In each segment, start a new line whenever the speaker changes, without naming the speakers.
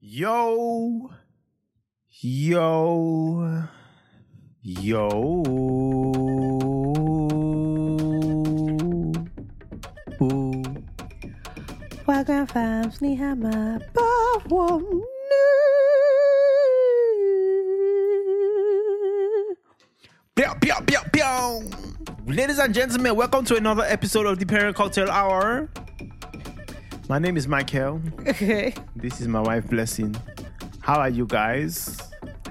Yo, yo, yo. Ooh.
Wagon vibes ni hama bawo
Pew, pew, pew, pew. Ladies and gentlemen, welcome to another episode of the Parent Cocktail Hour. My name is Michael.
Okay.
This is my wife, Blessing. How are you guys?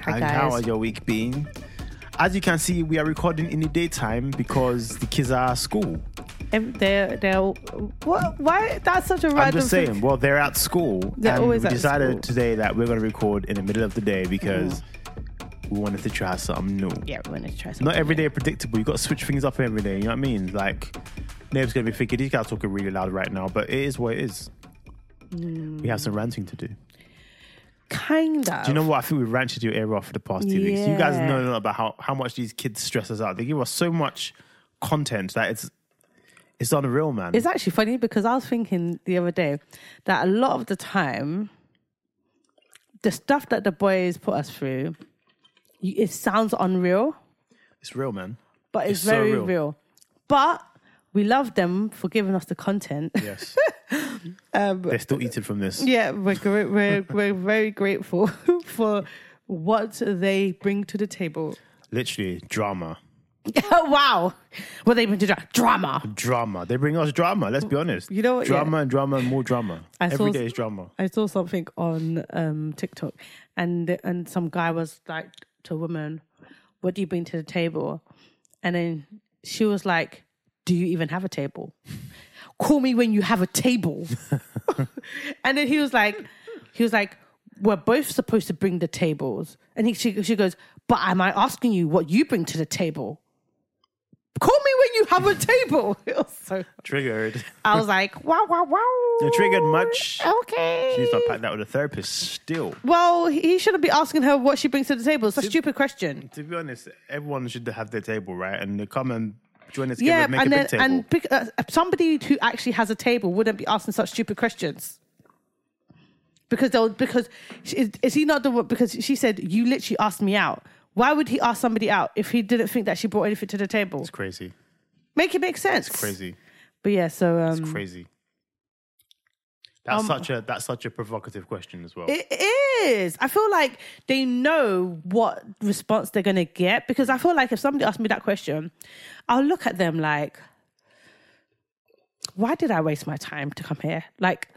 Hi,
And How
guys.
are your week been? As you can see, we are recording in the daytime because the kids are at school.
And they're they're what why that's such a random
I'm just
thing.
saying. Well, they're at school.
They're
and
always
we
at
decided
school.
today that we're going to record in the middle of the day because we wanted to try something new.
Yeah, we're gonna try something.
Not every day predictable. You got to switch things up every day. You know what I mean? Like, Nave's going to be thinking these guys are talking really loud right now, but it is what it is.
Mm.
We have some ranting to do. Do
Kinda.
you know what? I think we ranted your ear off for the past two weeks. You guys
Yeah.
know a lot about how, how much these kids stress us out. They give us so much content that it's it's unreal, man.
It's actually funny because I was thinking the other day that a lot of the time, the stuff that the boys put us through, you- it sounds unreal,
it's real, man.
but it's,
It's so
very
real.
real. But we love them for giving us the content.
Yes. They're still eating from this.
Um, Yeah, we're gr- we're we're very grateful for what they bring to the table.
Literally, drama.
wow, what they bring to dra- drama.
drama. They bring us drama. Let's be honest.
You know what,
Drama and drama and more drama.
I
Every
saw-
day is drama.
I saw something on um, TikTok, and and some guy was like to a woman, "What do you bring to the table?" And then she was like, "Do you even have a table? Call me when you have a table." and then he was like, he was like, "We're both supposed to bring the tables." And he she she goes, "But am I asking you what you bring to the table?" Call me when you have a table. It was so.
Triggered.
I was like, wow, wow, wow.
You're triggered much.
Oh. Okay.
She's not packed that with a therapist still.
Well, he shouldn't be asking her what she brings to the table. It's a stupid question.
To be honest, everyone should have their table, right? And they come and join us together
Yeah,
and make
and
a
then
big table.
and pick, uh, somebody who actually has a table wouldn't be asking such stupid questions. Because they'll because she- is, is he not the one? Because she said you literally asked me out. Why would he ask somebody out if he didn't think that she brought anything to the table?
it's crazy.
Make it make sense.
It's crazy.
But yeah, so
It's
um,
crazy. That's
Um,
such a that's such a provocative question as well.
It is. I feel like they know what response they're going to get because I feel like if somebody asked me that question, I'll look at them like, why did I waste my time to come here? Like,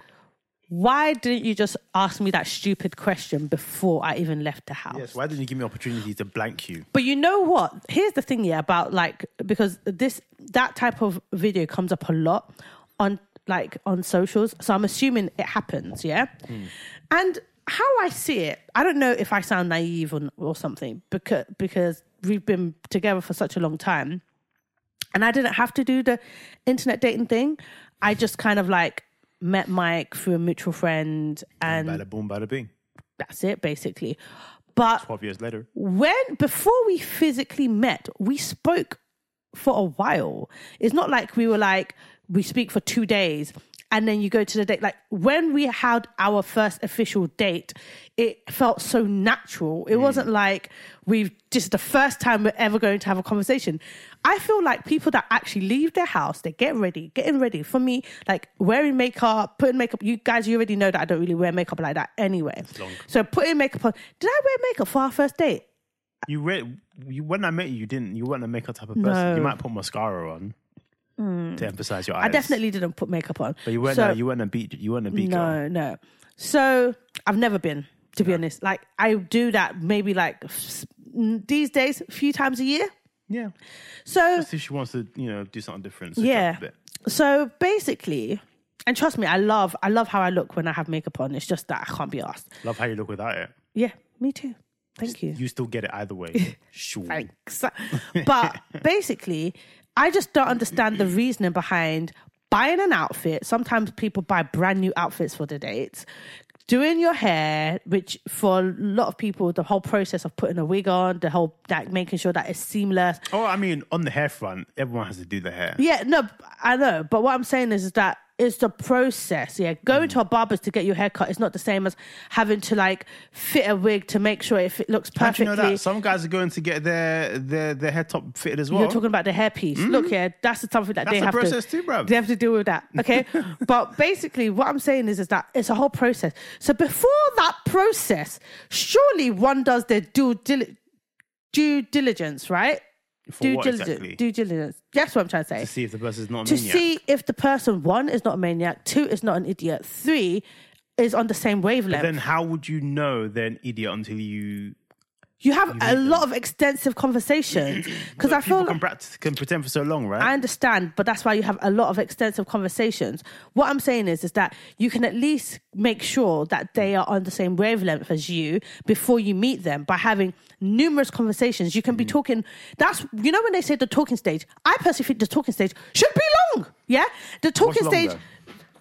why didn't you just ask me that stupid question before I even left the house?
yes. Why didn't you give me opportunity to blank you?
But you know what? Here's the thing, yeah, about like because this that type of video comes up a lot on like on socials. So I'm assuming it happens, yeah. And how I see it, I don't know if I sound naive or, or something because because we've been together for such a long time, and I didn't have to do the internet dating thing. I just kind of like met Mike through a mutual friend, and
Bada boom, bada bing.
that's it basically. But
Twelve years later.
when before we physically met, we spoke for a while. It's not like we were like we speak for two days and then you go to the date. Like when we had our first official date, it felt so natural. It wasn't like we've just the first time we're ever going to have a conversation. I feel like people that actually leave their house, they get ready, getting ready for me, like wearing makeup, putting makeup. You guys, you already know that I don't really wear makeup like that anyway. So putting makeup on. Did I wear makeup for our first date?
You read you when I met you, you didn't you weren't a makeup type of person. You might put mascara on to emphasize your eyes.
Hmm. I definitely didn't put makeup on.
But you weren't
So-
a, you weren't a beat you weren't a beat girl.
No, no. So I've never been, to be honest. Like I do that maybe like s- n- these days, a few times a year.
Yeah.
So
See if she wants to, you know, do something different. switch
yeah.
up a bit.
So basically, and trust me, I love I love how I look when I have makeup on. It's just that I can't be asked.
Love how you look without it.
Yeah, me too. Thank you.
You still get it either way. Sure.
Thanks. But basically, I just don't understand the reasoning behind buying an outfit. Sometimes people buy brand new outfits for the dates. Doing your hair, which for a lot of people, the whole process of putting a wig on, the whole like making sure that it's seamless.
Oh, I mean, on the hair front, everyone has to do the hair.
Yeah, no, I know. But what I'm saying is, is that It's the process. Yeah. Going to a barber's to get your hair cut is not the same as having to like fit a wig to make sure if it looks
How do
perfectly.
you know that? Some guys are going to get their their their hair top fitted as well.
You're talking about the hairpiece. Look, yeah, that's something
Mm-hmm.
that
That's
they
a
have
process too,
to.
bruv.
They have to deal with that. Okay, but basically, what I'm saying is, is that it's a whole process. So before that process, surely one does their due dil- due diligence, right?
For
due
what
diligence.
exactly?
Due diligence. That's what I'm trying to say.
to see if the person's not a
To
maniac.
see if the person one is not a maniac, two is not an idiot, three is on the same wavelength.
then how would you know they're an idiot until you?
you have a lot of extensive conversations because I
People
feel like,
can, practice, can pretend for so long, right?
I understand, but that's why you have a lot of extensive conversations. What I'm saying is, is that you can at least make sure that they are on the same wavelength as you before you meet them by having numerous conversations. You can
Mm.
be talking. That's you know when they say the talking stage. I personally think the talking stage should be long. Yeah, the talking
long,
stage.
though?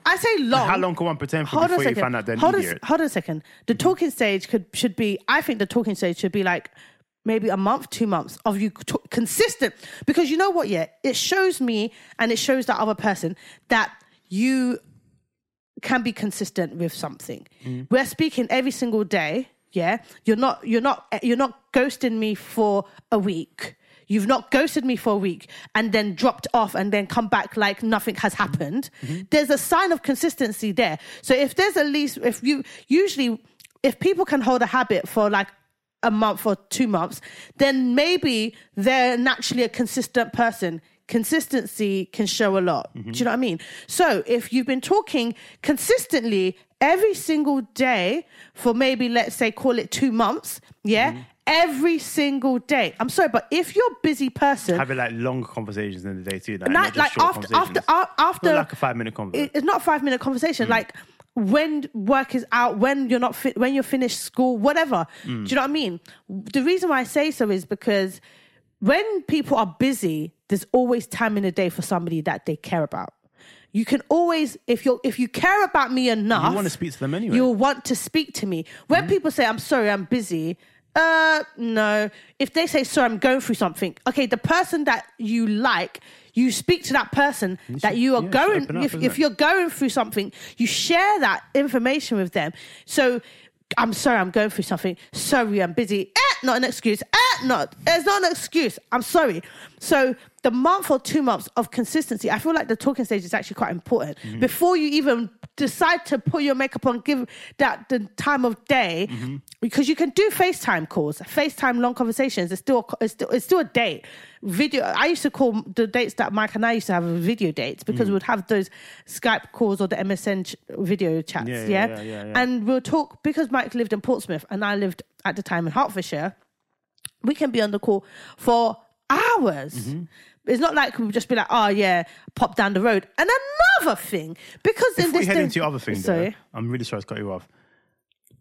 I say long.
how long can one pretend for
Hold on a
before you
second.
find out they're an
hold, on,
idiot?
hold on a second. The talking stage could should be. I think the talking stage should be like maybe a month, two months of you t- consistent. Because you know what? Yeah, it shows me and it shows that other person that you can be consistent with something. We're speaking every single day. Yeah, you're not. You're not. You're not ghosting me for a week. You've not ghosted me for a week and then dropped off and then come back like nothing has happened. There's a sign of consistency there. So if there's at least if you usually if people can hold a habit for like a month or two months, then maybe they're naturally a consistent person. Consistency can show a lot. Do you know what I mean? So if you've been talking consistently every single day for maybe, let's say, call it two months, yeah?
Mm-hmm.
Every single day. I'm sorry, but if you're a busy person,
Having like long conversations in the day too, like,
not-
not just
like
short
after after
conversations.
a- after
Not like a five minute conversation.
it- it's not a five minute
Mm.
conversation. Like when work is out, when you're not fit, when you're finished school, whatever.
Mm.
Do you know what I mean? The reason why I say so is because when people are busy, there's always time in the day for somebody that they care about. You can always, if you are if you care about me enough,
you want to speak to them anyway. Mm.
You'll want to speak to me. When people say, I'm sorry, I'm busy, uh, no. If they say, sorry, I'm going through something, okay, the person that you like, you speak to that person that
should-
you are
yeah, it should
going,
open up,
if,
isn't
if
it?
you're going through something, you share that information with them. So, I'm sorry, I'm going through something. Sorry, I'm busy. Eh, not an excuse. Eh, not. It's not an excuse. I'm sorry. So, the month or two months of consistency, I feel like the talking stage is actually quite important.
Mm-hmm.
Before you even decide to put your makeup on, give that the time of day,
Mm-hmm.
because you can do FaceTime calls, FaceTime long conversations. It's still, a, it's still, it's still a date. Video. I used to call the dates that Mike and I used to have video dates because
Mm.
we'd have those Skype calls or the MSN ch- video chats. Yeah,
Yeah, yeah, yeah, yeah.
And we'll talk because Mike lived in Portsmouth and I lived at the time in Hertfordshire we can be on the call for hours.
Mm-hmm.
It's not like we'll just be like, oh yeah, pop down the road. And another thing, because in
Before
this
you head
thing-
into your other thing,
sorry,
though, I'm really sorry to cut you off.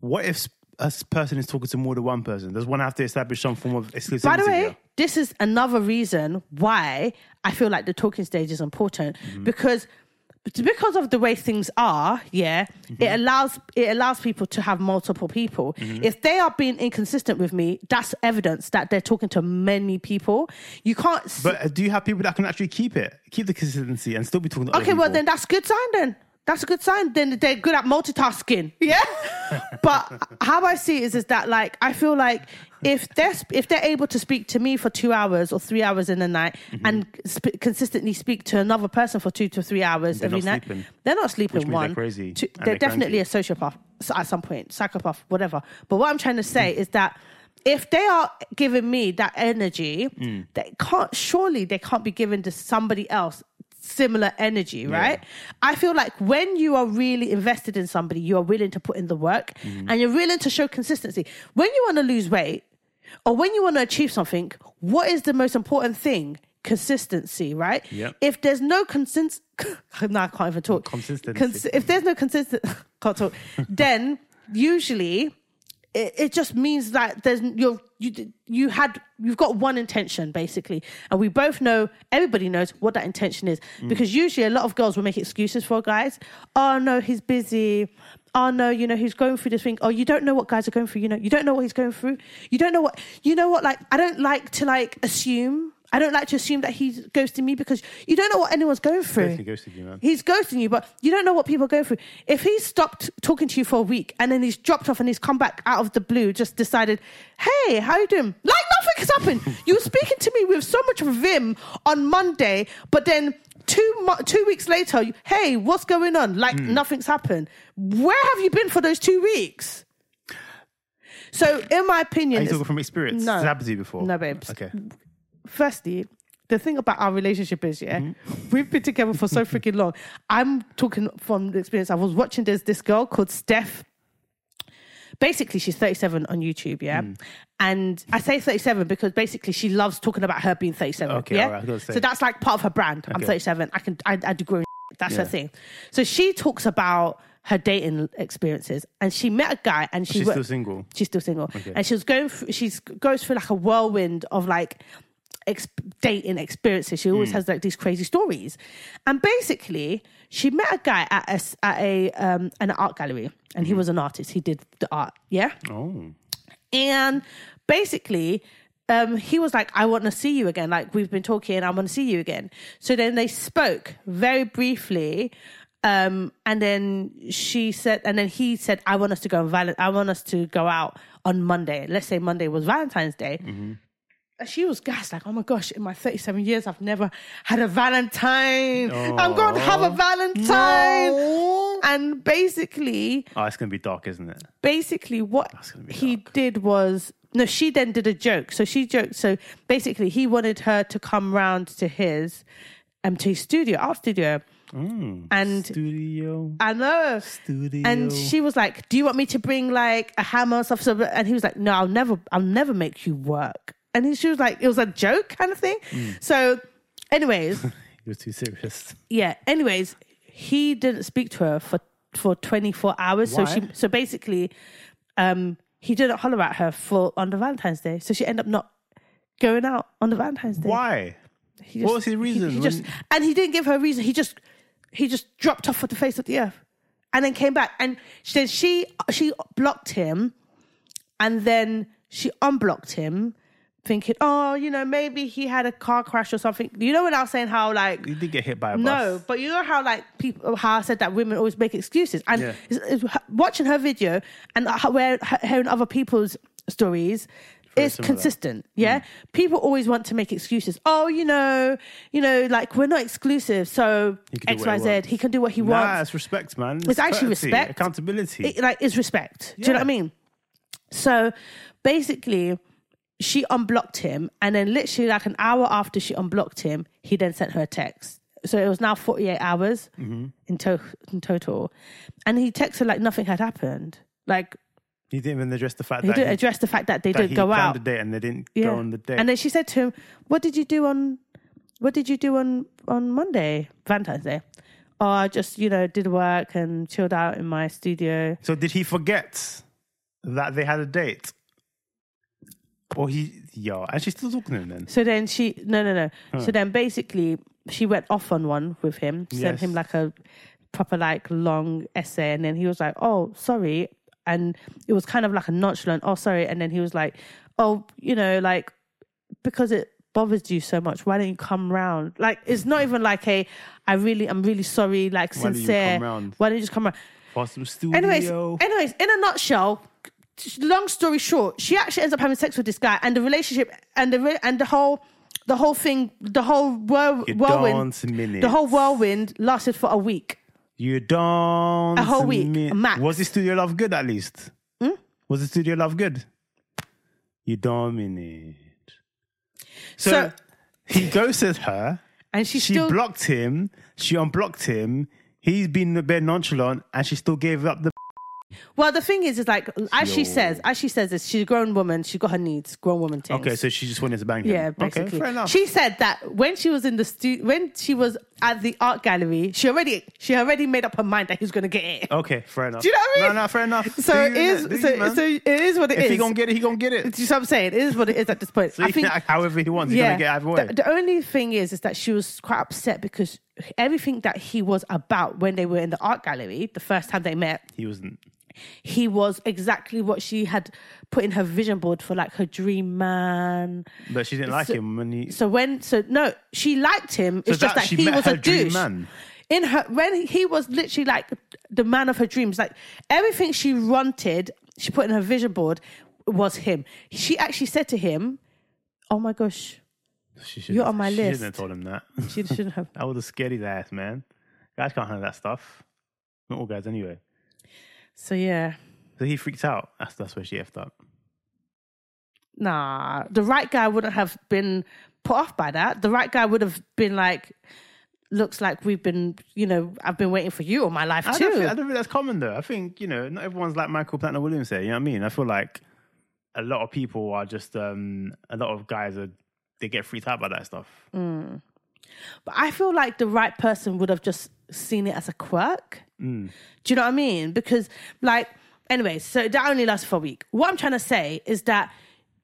What if a s- person is talking to more than one person? Does one have to establish some form of exclusivity?
by the way,
here?
this is another reason why I feel like the talking stage is important
Mm-hmm.
because because of the way things are, yeah,
Mm-hmm.
it allows it allows people to have multiple people. If they are being inconsistent with me, that's evidence that they're talking to many people. You can't. s-
but uh, do you have people that can actually keep it, keep the consistency, and still be talking to other
Okay, well
people?
then that's a good sign then. That's a good sign. Then they're good at multitasking. Yeah. but how I see it is is that like I feel like if they're sp- if they're able to speak to me for two hours or three hours in a night and sp- consistently speak to another person for two to three hours every
not
night,
sleeping.
they're not sleeping.
Which means
one,
they're crazy
two-
and
they're
they're
definitely a sociopath s- at some point, psychopath, whatever. But what I'm trying to say is that. If they are giving me that energy,
Mm.
they can't. Surely they can't be given to somebody else similar energy, right? I feel like when you are really invested in somebody, you are willing to put in the work
Mm-hmm.
and you're willing to show consistency. When you want to lose weight or when you want to achieve something, what is the most important thing? Consistency, right?
Yep.
If there's no consist, no, I can't even talk.
Consistency.
if there's no consistent, can't talk. then usually it, it just means that there's you're, you you had you've got one intention basically, and we both know everybody knows what that intention is
Mm.
because usually a lot of girls will make excuses for guys. Oh no, he's busy. Oh no, you know he's going through this thing. Oh, you don't know what guys are going through. You know, you don't know what he's going through. You don't know what you know what like. I don't like to like assume. I don't like to assume that he's ghosting me because you don't know what anyone's going through.
Definitely ghosted you, man.
He's ghosting you, but you don't know what people go through. If he stopped talking to you for a week and then he's dropped off and he's come back out of the blue, just decided, hey, how you doing? Like nothing has happened. you were speaking to me with so much vim on Monday, but then two mo- two weeks later, you, hey, what's going on? Like nothing's happened. Where have you been for those two weeks? So, in my
Are
opinion,
you
it's-
talking from experience?
No.
Has it happened to you before?
No, babes.
Okay.
firstly, the thing about our relationship is, yeah, we've been together for so freaking long. I'm talking from the experience. I was watching this this girl called Steph. Basically, she's 37 on YouTube, yeah.
Hmm.
And I say 37 because basically she loves talking about her being 37.
Okay,
yeah?
all right, I was gonna say.
So that's like part of her brand. I'm
Okay.
37. I can I, I do growing. That's her
Yeah.
thing. So she talks about her dating experiences, and she met a guy, and she
She's
worked-
still single.
She's still single, and she was going. Through, she's goes through like a whirlwind of like ex- dating experiences. She always has like these crazy stories, and basically, she met a guy at a s- at a um, an art gallery, and he was an artist. He did the art, yeah,
Oh.
and basically. Um, he was like, I want to see you again. Like, we've been talking, I want to see you again. So then they spoke very briefly. Um, and then she said, and then he said, I want us to go on Valen- I want us to go out on Monday. Let's say Monday was Valentine's Day. And she was gassed, like, oh my gosh, in my 37 years, I've never had a Valentine. I'm going to have a Valentine. And basically,
Oh, it's gonna be dark, isn't it?
basically what
gonna be
he did was no she then did a joke so she joked so basically he wanted her to come round to his um to his studio art studio
Mm.
and
Studio.
i know
Studio.
and she was like do you want me to bring like a hammer or stuff So- and he was like no i'll never i'll never make you work and he- she was like it was a joke kind of thing
Mm.
so anyways
You're too serious.
yeah anyways he didn't speak to her for for 24 hours
Why?
so she so basically um he didn't holler at her for on the valentine's day so she ended up not going out on the valentine's day
Why?
He
what was his reason
he, he just and he didn't give her a reason he just he just dropped off at the face of the earth and then came back and she then she she blocked him and then she unblocked him thinking oh you know maybe he had a car crash or something you know when i was saying how like
You did get hit by a
no,
bus.
but you know how like people how I said that women always make excuses, and
Yeah.
it's, it's, her- watching her video and uh, where her- hearing other people's stories. is
similar. Mm.
consistent, yeah. People always want to make excuses. Oh, you know, you know, like we're not exclusive, so
can do
X,
what he
Y, Z.
wants.
He can do what he
Nah,
wants.
it's respect, man. It's,
actually
courtesy,
respect.
Accountability.
It, like is respect. Do you know what I
Yeah.
mean? So basically, she unblocked him, and then literally like an hour after she unblocked him, he then sent her a text. So it was now forty eight hours
Mm-hmm.
in, to- in total, and he texted her like nothing had happened. Like
he didn't even address the fact
he
that
didn't
he,
address the fact that they
that he
didn't go
planned
out.
a date and they didn't
Yeah.
go on the date.
And then she said to him, "What did you do on What did you do on on Monday, Valentine's Day?" Oh, I just you know did work and chilled out in my studio.
so did he forget that they had a date? Or he, yo, and she's still talking to him then.
So then she no no no. So then basically she went off on one with him, sent
Yes.
him like a proper like long essay, and then he was like, "Oh, sorry," and it was kind of like a nonchalant, "Oh, sorry," and then he was like, "Oh, you know, like because it." bothers you so much why don't you come round like it's not even like a i really i'm really sorry like
Why don't you
sincere
come round?
why don't you just come round
Possible studio.
Anyways, anyways, in a nutshell, long story short, she actually ends up having sex with this guy, and the relationship, and the re- and the whole, the whole thing, the whole whirl,
you
whirlwind,
dance minute.
the whole whirlwind lasted for a week.
You don't.
A whole week,
mi-
max. Hmm?
Was the studio love good at least? Was the studio love good? You dominate. So,
So-
he ghosted her.
And she,
She
still
blocked him. She unblocked him. He's been a bit nonchalant, and she still gave up the.
well. The thing is, is like as she
Yo.
says, as she says this, she's a grown woman. She got her needs, grown woman things.
Okay, so she just wanted to bang him.
Yeah, basically.
Okay, fair enough.
She said that when she was in the stu- when she was at the art gallery, she already she already made up her mind that he's gonna get it.
okay, fair enough.
Do you know what I mean?
No, no, fair enough.
So
Oh, Do you,
it is.
innit? Do
so,
you, man.
so it is what it is.
if he gonna get it, he gonna get it.
Do you see what I'm saying? It is what it is at this point.
So
I
he can
think.
act however he wants, he's
Yeah.
gonna get either way.
The, the only thing is, is that she was quite upset because everything that he was about when they were in the art gallery the first time they met,
he wasn't.
he was exactly what she had put in her vision board for like her dream man.
But she didn't like him when he.
So when so no, she liked him.
So
it's just
that
that
she
he
met
was
her
a
dream
douche.
man.
In her when he was literally like the man of her dreams, like everything she wanted, she put in her vision board was him. She actually said to him, "Oh my gosh,
She shouldn't-
You're on my
she
list.
shouldn't have told him that.
she shouldn't have."
That would have scared his ass, man. Guys can't handle that stuff. Not all guys, anyway.
So yeah,
So he freaked out. That's that's where she effed up.
nah, the right guy wouldn't have been put off by that. The right guy would have been like, "Looks like we've been, you know, I've been waiting for you all my life
I
too."
don't, think, I don't think that's common though. I think you know not everyone's like Michael Platner Williams here. You know what I mean? I feel like a lot of people are just um a lot of guys are they get freaked out by that stuff.
But I feel like the right person would have just seen it as a quirk.
Mm.
Do you know what I mean? Because, like, anyway, so that only lasts for a week. What I'm trying to say is that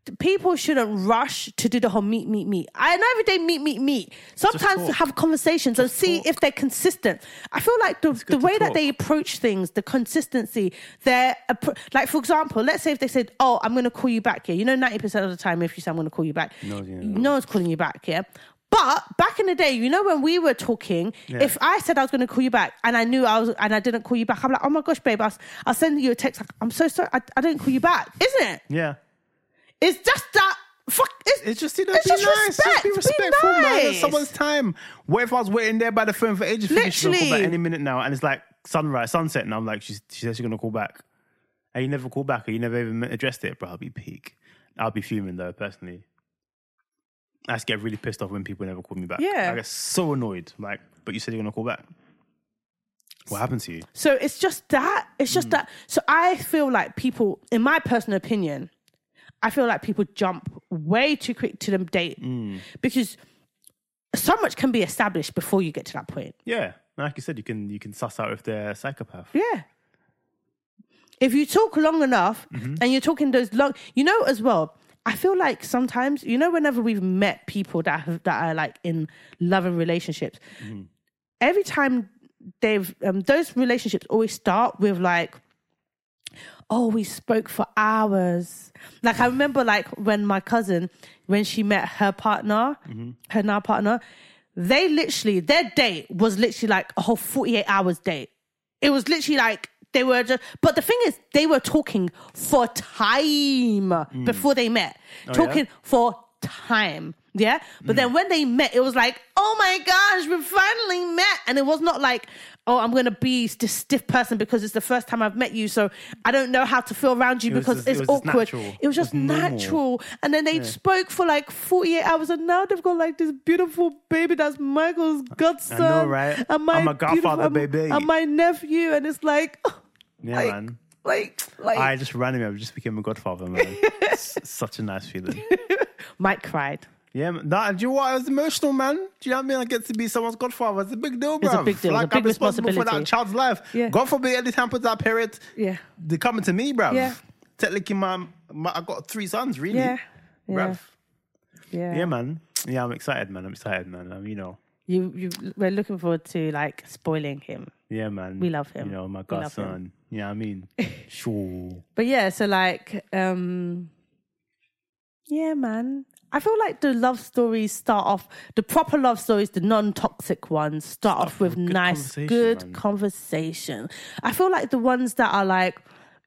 th- people shouldn't rush to do the whole meet, meet, meet. I know every day meet, meet, meet. Sometimes
talk.
have conversations and see
talk.
if they're consistent. I feel like the, the
to
way that
talk.
they approach things, the consistency, their appro- like, for example, let's say if they said, "Oh, I'm going to call you back here," you know, ninety percent of the time, if you say, "I'm going to call you back,"
No, you know.
no one's calling you back, yeah. But back in the day, you know, when we were talking, if I said I was going to call you back and I knew I was and I didn't call you back, I'm like, oh my gosh, babe, I'll, I'll send you a text. Like, I'm so sorry, I, I didn't call you back, isn't it?
Yeah,
It's just that fuck. It's,
it's just you know
It's
be
just
nice, just be
respect. Be
respectful, man. It's
nice.
someone's time. What if I was waiting there by the phone for ages? thinking she's gonna call back
Literally.
any minute now, and it's like sunrise, sunset, and I'm like, she's, she says she's gonna call back, and you never call back, or you never even addressed it, bro. I'll be peak. I'll be fuming though, personally. I just get really pissed off when people never call me back.
Yeah.
I get so annoyed. Like, but you said you're gonna call back. What happened to you?
So it's just that. It's
Mm.
just that. So I feel like people, in my personal opinion, I feel like people jump way too quick to the date
Mm.
because so much can be established before you get to that point.
Yeah, like you said, you can you can suss out if they're a psychopath.
Yeah. If you talk long enough and you're talking those long, you know, as well, I feel like sometimes, you know, whenever we've met people that have, that are like in loving relationships, every time they've, um, those relationships always start with like, oh, we spoke for hours. Like I remember, like when my cousin, when she met her partner, her now partner, they literally their date was literally like a whole forty eight hours date. It was literally like they were just. But the thing is, they were talking for time
Mm.
before they met,
Oh,
talking for time. Yeah, but
Mm.
then when they met, it was like, oh my gosh, we finally met, and it was not like, oh, I'm gonna be this stiff person because it's the first time I've met you, so I don't know how to feel around you
was
because
just-
it's
it was just
awkward.
natural.
It was
It
just
was normal.
natural, and then they spoke for like 48 hours, and now they've got like this beautiful baby that's Michael's
Uh,
godson.
right?
And my
I'm a
beautiful-
godfather,
and-
baby.
And my nephew, and it's like,
Yeah,
like,
man.
like, like,
I just randomly, I just became a godfather, man. S- Such a nice feeling.
Mike cried.
Yeah, man. Nah, do you know what? I was emotional, man. Do you know what I mean? I get to be someone's godfather. It's a big deal, bro.
a big deal. It's a
Like,
big
I'm responsible for that
responsibility.
child's life.
Yeah.
God forbid anything happens to that parent.
Yeah.
They're coming to me, bro.
Yeah.
Technically, my, my, I got three sons, really.
Yeah.
Bruv.
Yeah.
Yeah. man. Yeah, I'm excited, man. I'm excited, man. Um, you know.
You, you, we're looking forward to like spoiling him.
Yeah, man.
We love him.
You know, my
We love him.
godson. You know what I mean? sure.
But yeah, so like, um yeah, man. I feel like the love stories start off the proper love stories, the non-toxic ones, start off with
good
nice,
conversation,
good
man.
conversation. I feel like the ones that are like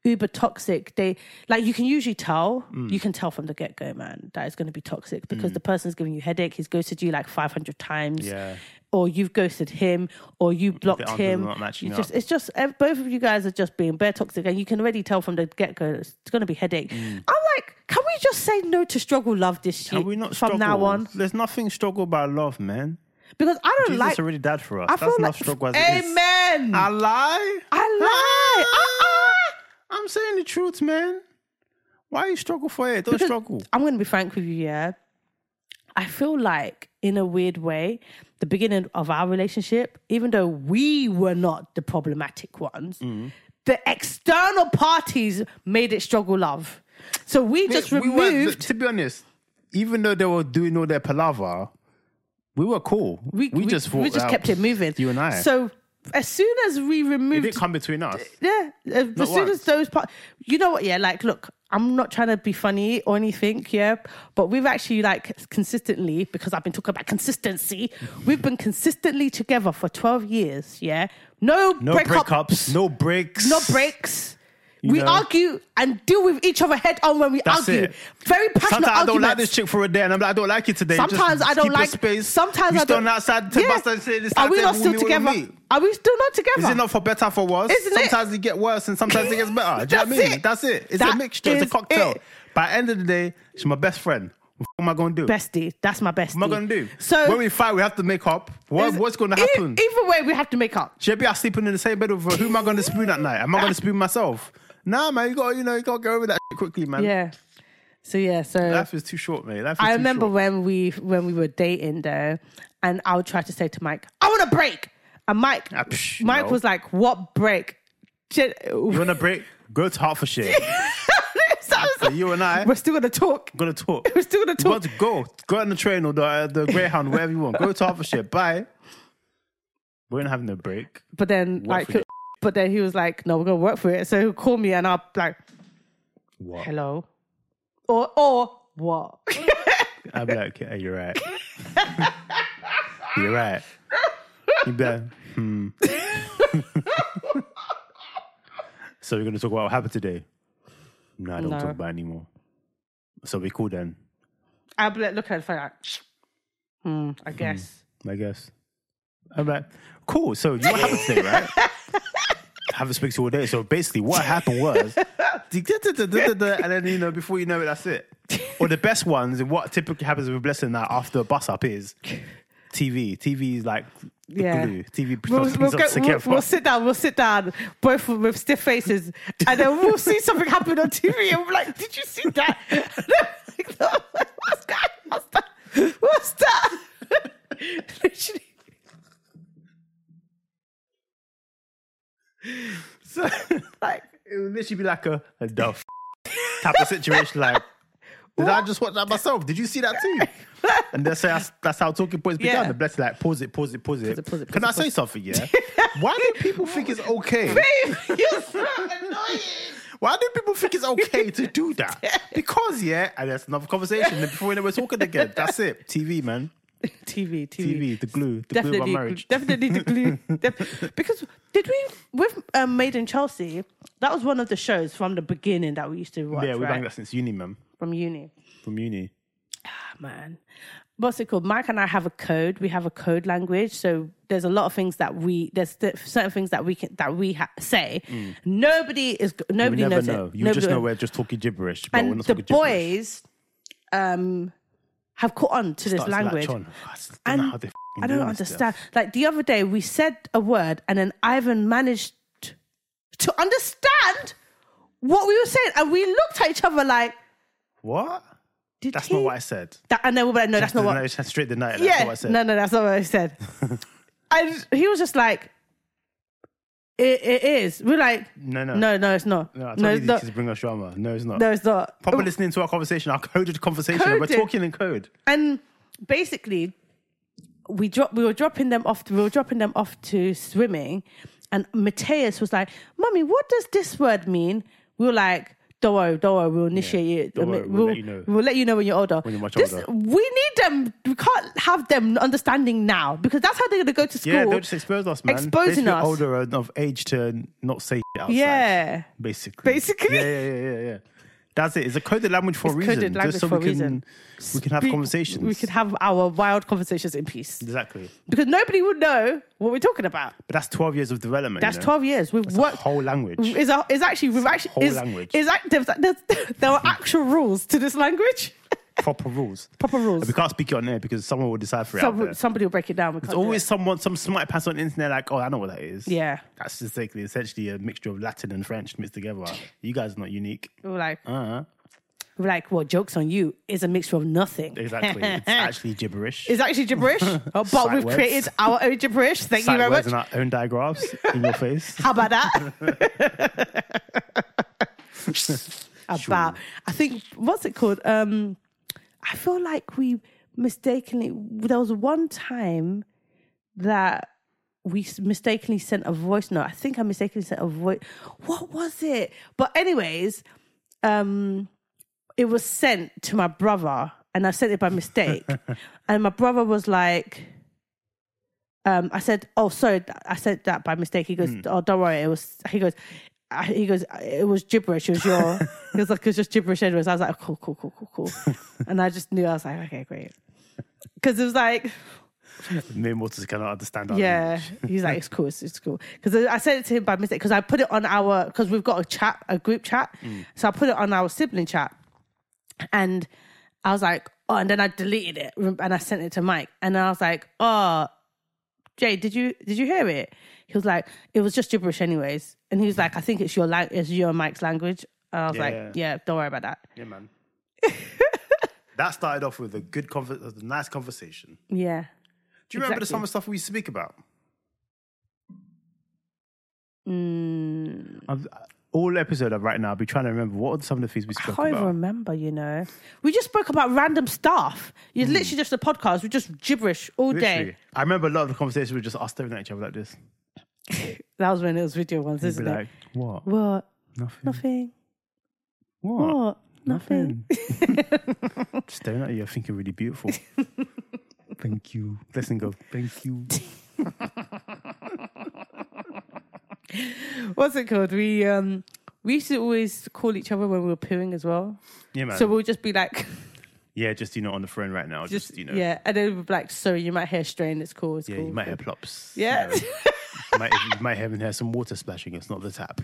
uber toxic, they like you can usually tell,
Mm.
you can tell from the get go, man, that it's going to be toxic because the person's giving you headache. He's ghosted you like five hundred times,
Yeah.
or you've ghosted him, or you blocked
answers
him.
are not matching
You
up.
just it's just ev- both of you guys are just being bare toxic, and you can already tell from the get go it's going to be headache. I'm like, can we just say no to struggle love this year
Mm. Can we not
from
struggle?
now on?
There's nothing struggle by love, man.
Because I don't
Jesus
like.
already died for us.
I
That's
feel
not
like
struggle as it is.
amen.
I lie.
I lie. Uh-uh.
I'm saying the truth, man. Why you struggle for it? Don't
Because
struggle.
I'm going to be frank with you, yeah. I feel like, in a weird way, the beginning of our relationship, even though we were not the problematic ones,
Mm.
the external parties made it struggle love. So we just
We weren't-
removed.
to be honest, even though they were doing all their palaver, we were cool. We, just thought
we just
that
kept it moving.
You and I.
So as soon as we
It
removed
didn't come between us.
yeah, as soon as
once.
those part, you know what? Yeah, like look, I'm not trying to be funny or anything. Yeah, but we've actually like consistently because I've been talking about consistency. we've been consistently together for 12 years. Yeah, no,
No
breakups,
breakups. No breaks.
no breaks.
You
we
know.
argue and deal with each other head on when we
That's
argue.
it.
Very passionate
Sometimes I don't
arguments.
like this chick for a day, and I'm like, I don't like you today. Just
Sometimes I
keep
don't
your
like.
space.
Sometimes
you
I don't.
stand outside to
Yeah.
bust and say this.
Are we
outside,
not still
me, me,
together?
me.
Are we still not together?
Is it not for better for worse?
Isn't it?
Sometimes it? get worse and sometimes it gets better. Do you know what I
That's
mean?
it.
That's it. It's
That
a mixture. It's a
is
cocktail.
it.
By the end of the day, she's my best friend. What am I gonna do?
bestie? That's my bestie.
what am I gonna do?
So
when we fight, we have to make up. What,
Is-
what's gonna
e-
happen?
either way, we have to make up.
She'll be out sleeping in the same bed with her. Who am I gonna spoon at night? Am I gonna spoon myself? Nah, man. You got to you know you got to get over that shit quickly, man.
Yeah. So yeah. So
Life is too short, mate. Life is
I
too
remember
short.
when we when we were dating though, and I would try to say to Mike, "I want a break," and Mike
Ah, psh,
Mike
no.
was like, "What break?" Gen-
you want a break? Go to Hertfordshire.
So I was
So
like,
you and I
we're still gonna talk.
gonna talk.
We're still gonna
You want
talk.
to go. Go on the train or the, uh, the Greyhound, wherever you want. Go to Hertfordshire. Bye. We ain't having no break.
But then
Work for
like, but then he was like, "No, we're gonna work for it." So he'll call me, and I'll be like,
What?
"Hello," or or what?
I'd be like, yeah, you're right. you're right. You'd be like, hmm. so we're going to talk about what happened today. No, I don't
No.
talk about it anymore. So we cool then,
I'll be like, look at the phone, like, hmm, I guess.
I guess. I'm like, cool. So you know what happened today, right? haven't spoken to you all day. So basically, what happened was, and then you know, before you know it, that's it. Or the best ones, and what typically happens with blessing that after a bus up is TV. TV is like the
Yeah.
glue. TV
We'll,
brings
we'll,
us
go- we'll,
together.
we'll sit down, we'll sit down, both with- with stiff faces, and then we'll see something happen on TV. And we're like, Did you see that? And I'm like, "No." What's that? What's that? What's that? Literally.
So,
Like,
it would literally be like a, a duff type of situation. Like, did I just watch that myself? Did you see that too? And they say that's, that's how talking points began.
Yeah.
The blessing like pause it, pause it, pause it.
it, pause it,
Can
pause
I
it,
say something? Yeah. Why do people think it's okay?
babe, you're so annoying.
Why do people think it's okay to do that? Because yeah, and that's another conversation. And before we know we're talking again, that's it. TV, man.
TV, TV.
TV, the glue, the glue of
Definitely,
our
gl-
marriage.
definitely the glue. Def- because did we with um, Made in Chelsea? That was one of the shows from the beginning that we used to watch,
yeah, we've
right?
been that since uni, man.
From uni.
From uni.
man. What's it called? Mike and I have a code. We have a code language. So there's a lot of things that we there's th- certain things that we can that we ha- say. Nobody is g-
We
nobody
Mm. never
knows
know.
it.
You
Nobody
just know
knows.
we're just talking gibberish, but we're
And
not
the
talking gibberish.
boys, um, have caught on to this
That's like,
language.
John, I just don't know
And
how they
I
f***ing
don't
doing this
understand. Like the other day, we said a word, and then Ivan managed to understand what we were saying, and we looked at each other like,
stuff. What?
"Did
That's
he?"
not what I said.
That- and then we were like, "No, that's not what."
No, it's straight the night. That's
yeah,
not what I said.
no, no, that's not what I said. and he was just like, "It, it is." We're like,
No, no.
"No, no, it's not.
No, I
No,
told you
it's
these
not.
kids bring us drama. No, it's not.
No, it's not."
Proper listening to our conversation, our coded conversation. We're
Coded.
talking in code.
and basically we drop we were dropping them off we were dropping them off to swimming and Mateus was like mommy what does this word mean we were like don't worry don't worry we'll initiate
Yeah,
it
don't worry, we'll let you know."
we'll let you know when you're older
you're much
This-
older.
we need them we can't have them understanding now because that's how they're going to go to school
Yeah, they'll just expose us, man.
Exposing
Basically
us.
older and of age to not say shit outside.
yeah
basically.
Basically.
Yeah, yeah, yeah, yeah. yeah. That's it. It's a coded language for a reason.
coded language
just so
for a
we can
reason.
we can have
We-
conversations.
we could have our wild conversations in peace
exactly.
because nobody would know what we're talking about
But that's twelve years of development.
that's
you know?
12 years we've
What
worked
whole language?
is a, is actually we've actually
whole
is,
language.
is act, there's, there's, there are actual rules to this language
Proper rules.
proper rules
We can't speak it on air because someone will decipher it. out there.
Some, somebody will break it down
There's always someone, some smart pass on the internet, like, oh, I know what that is.
Yeah.
That's just basically essentially a mixture of Latin and French mixed together. You guys are not unique.
we're like
Uh-huh.
we're like well jokes on you is a mixture of nothing
Exactly. it's actually gibberish.
it's actually gibberish but
Sight
we've
words.
created our own gibberish thank you
Sight
very
words
much
and our own digraphs in your face.
how about that about I think what's it called um I feel like we mistakenly there was one time that we s- mistakenly sent a voice note. I think I mistakenly sent a voice. What was it? But anyways, um, it was sent to my brother, and I sent it by mistake. and my brother was like, um, I said, "Oh, sorry, th- I said that by mistake." He goes, "Oh, don't worry, it was." He goes, I, "He goes, it was gibberish. It was your." he was like, "It was just gibberish." Anyways, I was like, "Cool, cool, cool, cool, cool," and I just knew I was like, "Okay, great," because it was like.
Me and Walters cannot understand. Our
Yeah,
language.
he's like, it's cool, it's, it's cool. Because I sent it to him by mistake. Because I put it on our because we've got a chat, a group chat.
Mm.
So I put it on our sibling chat, and I was like, oh, and then I deleted it rem- and I sent it to Mike, and I was like, oh, Jay, did you did you hear it? He was like, it was just gibberish, anyways. And he was like, I think it's your lang- it's your and Mike's language. And I was
Yeah.
like, yeah, don't worry about that.
Yeah, man. that started off with a good, conver- a nice conversation.
Yeah,
Do you remember the
Exactly.
summer stuff we used to speak about?
Mm.
I've- uh, All episode of right now, I'll be trying to remember what are some of the things we
I
spoke
can't even
about.
remember, you know. We just spoke about random stuff. You're literally just a podcast. We're just gibberish all
Mm. Literally.
day.
I remember a lot of the conversations were just us staring at each other like this.
That was when it was video ones,
We'd
isn't
be like,
it?
what?
What?
Nothing.
Nothing.
What?
What? Nothing.
Just staring at you. I think you're really beautiful. Thank you. Listen, go. Thank you.
What's it called? We um we used to always call each other when we were pooing as well.
Yeah, man.
So we'll just be like,
yeah, just you know, on the phone right now. Just,
just
you know.
yeah, and then we'll be like, sorry, you might hear strain. It's cool. It's
Yeah,
cool.
you might hear plops. you
yeah,
know. You might, you might even hear some water splashing. It's not the tap.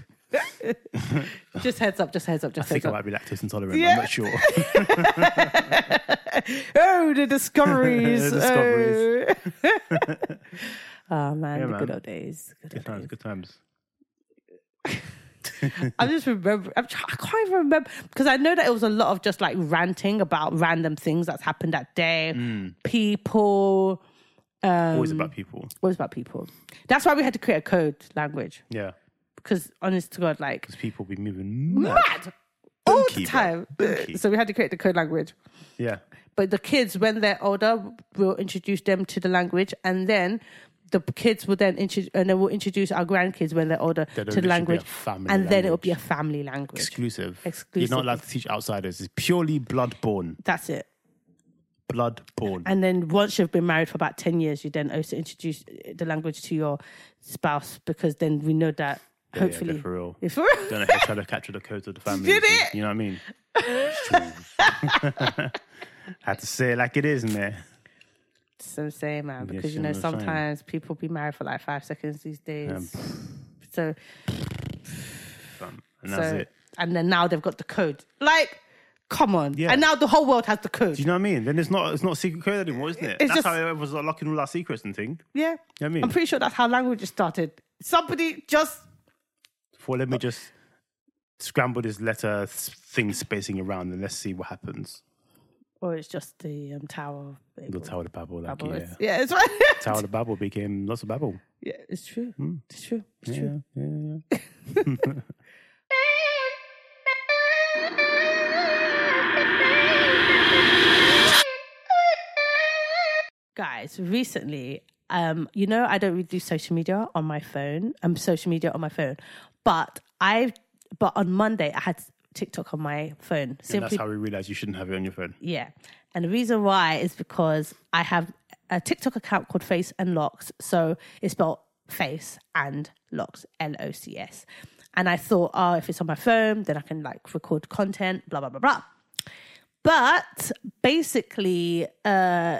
just heads up. Just heads up.
I
Just
think
heads
I might
up.
be lactose intolerant.
Yeah.
I'm not sure.
Oh, the discoveries.
The discoveries.
Oh. oh man,
Yeah,
the good
man.
old days. Good
good
old
times. Good times.
I'm just remember. I'm try- I can't even remember because I know that it was a lot of just like ranting about random things that's happened that day,
Mm.
people.
Always about people.
Always about people. That's why we had to create a code language
Yeah,
because, honest to God, like
because people be moving mad.
mad all
Bunky,
the
bro.
time.
Bunky.
So we had to create the code language.
Yeah,
But the kids, when they're older, we'll introduce them to the language, and then the kids will then introduce, and then we'll introduce our grandkids when they're older
Then
to
it'll
the
literally be a
language,
family
and then it'll
language.
be a family language.
exclusive.
Exclusive.
You're not allowed to teach outsiders. It's purely blood-born.
That's it.
Blood-born.
And then once you've been married for about 10 years, you then also introduce uh, the language to your spouse because then we know that
Yeah, yeah,
hopefully.
they're for real.
If we're-
Don't know if they're trying to capture the codes of the family.
Did it?
You know what I mean? It's true. Had to say it like it is, man.
That's what I'm saying, man, because
Yes,
you know,
you know what I'm saying.
sometimes people be married for like five seconds these days.
Um,
so,
um, and that's
so
it.
and then now they've got the code. Like, come on.
Yeah.
And now the whole world has the code.
Do you know what I mean? Then it's not it's not secret code anymore, isn't it?
It's
that's
just-
how everyone's like, locking all our secrets and thing.
yeah.
You know what I mean?
I'm pretty sure that's how languages started. Somebody just,
Well, let me just scramble this letter s- thing spacing around and let's see what happens.
or oh, it's just the um, Tower of Babel.
The Tower of Babel, like
Babel.
yeah.
It's- Yeah, it's right.
Tower of Babel became lots of Babel.
yeah, it's true. It's true. It's true.
Yeah, yeah, yeah.
guys recently um you know i don't really do social media on my phone um social media on my phone but i but on monday i had tiktok on my phone
And that's
simply
how we realized you shouldn't have it on your phone.
yeah and the reason why is because i have a tiktok account called face and locks so it's spelled face and locks l-o-c-s and i thought oh if it's on my phone then i can like record content blah blah blah blah but basically uh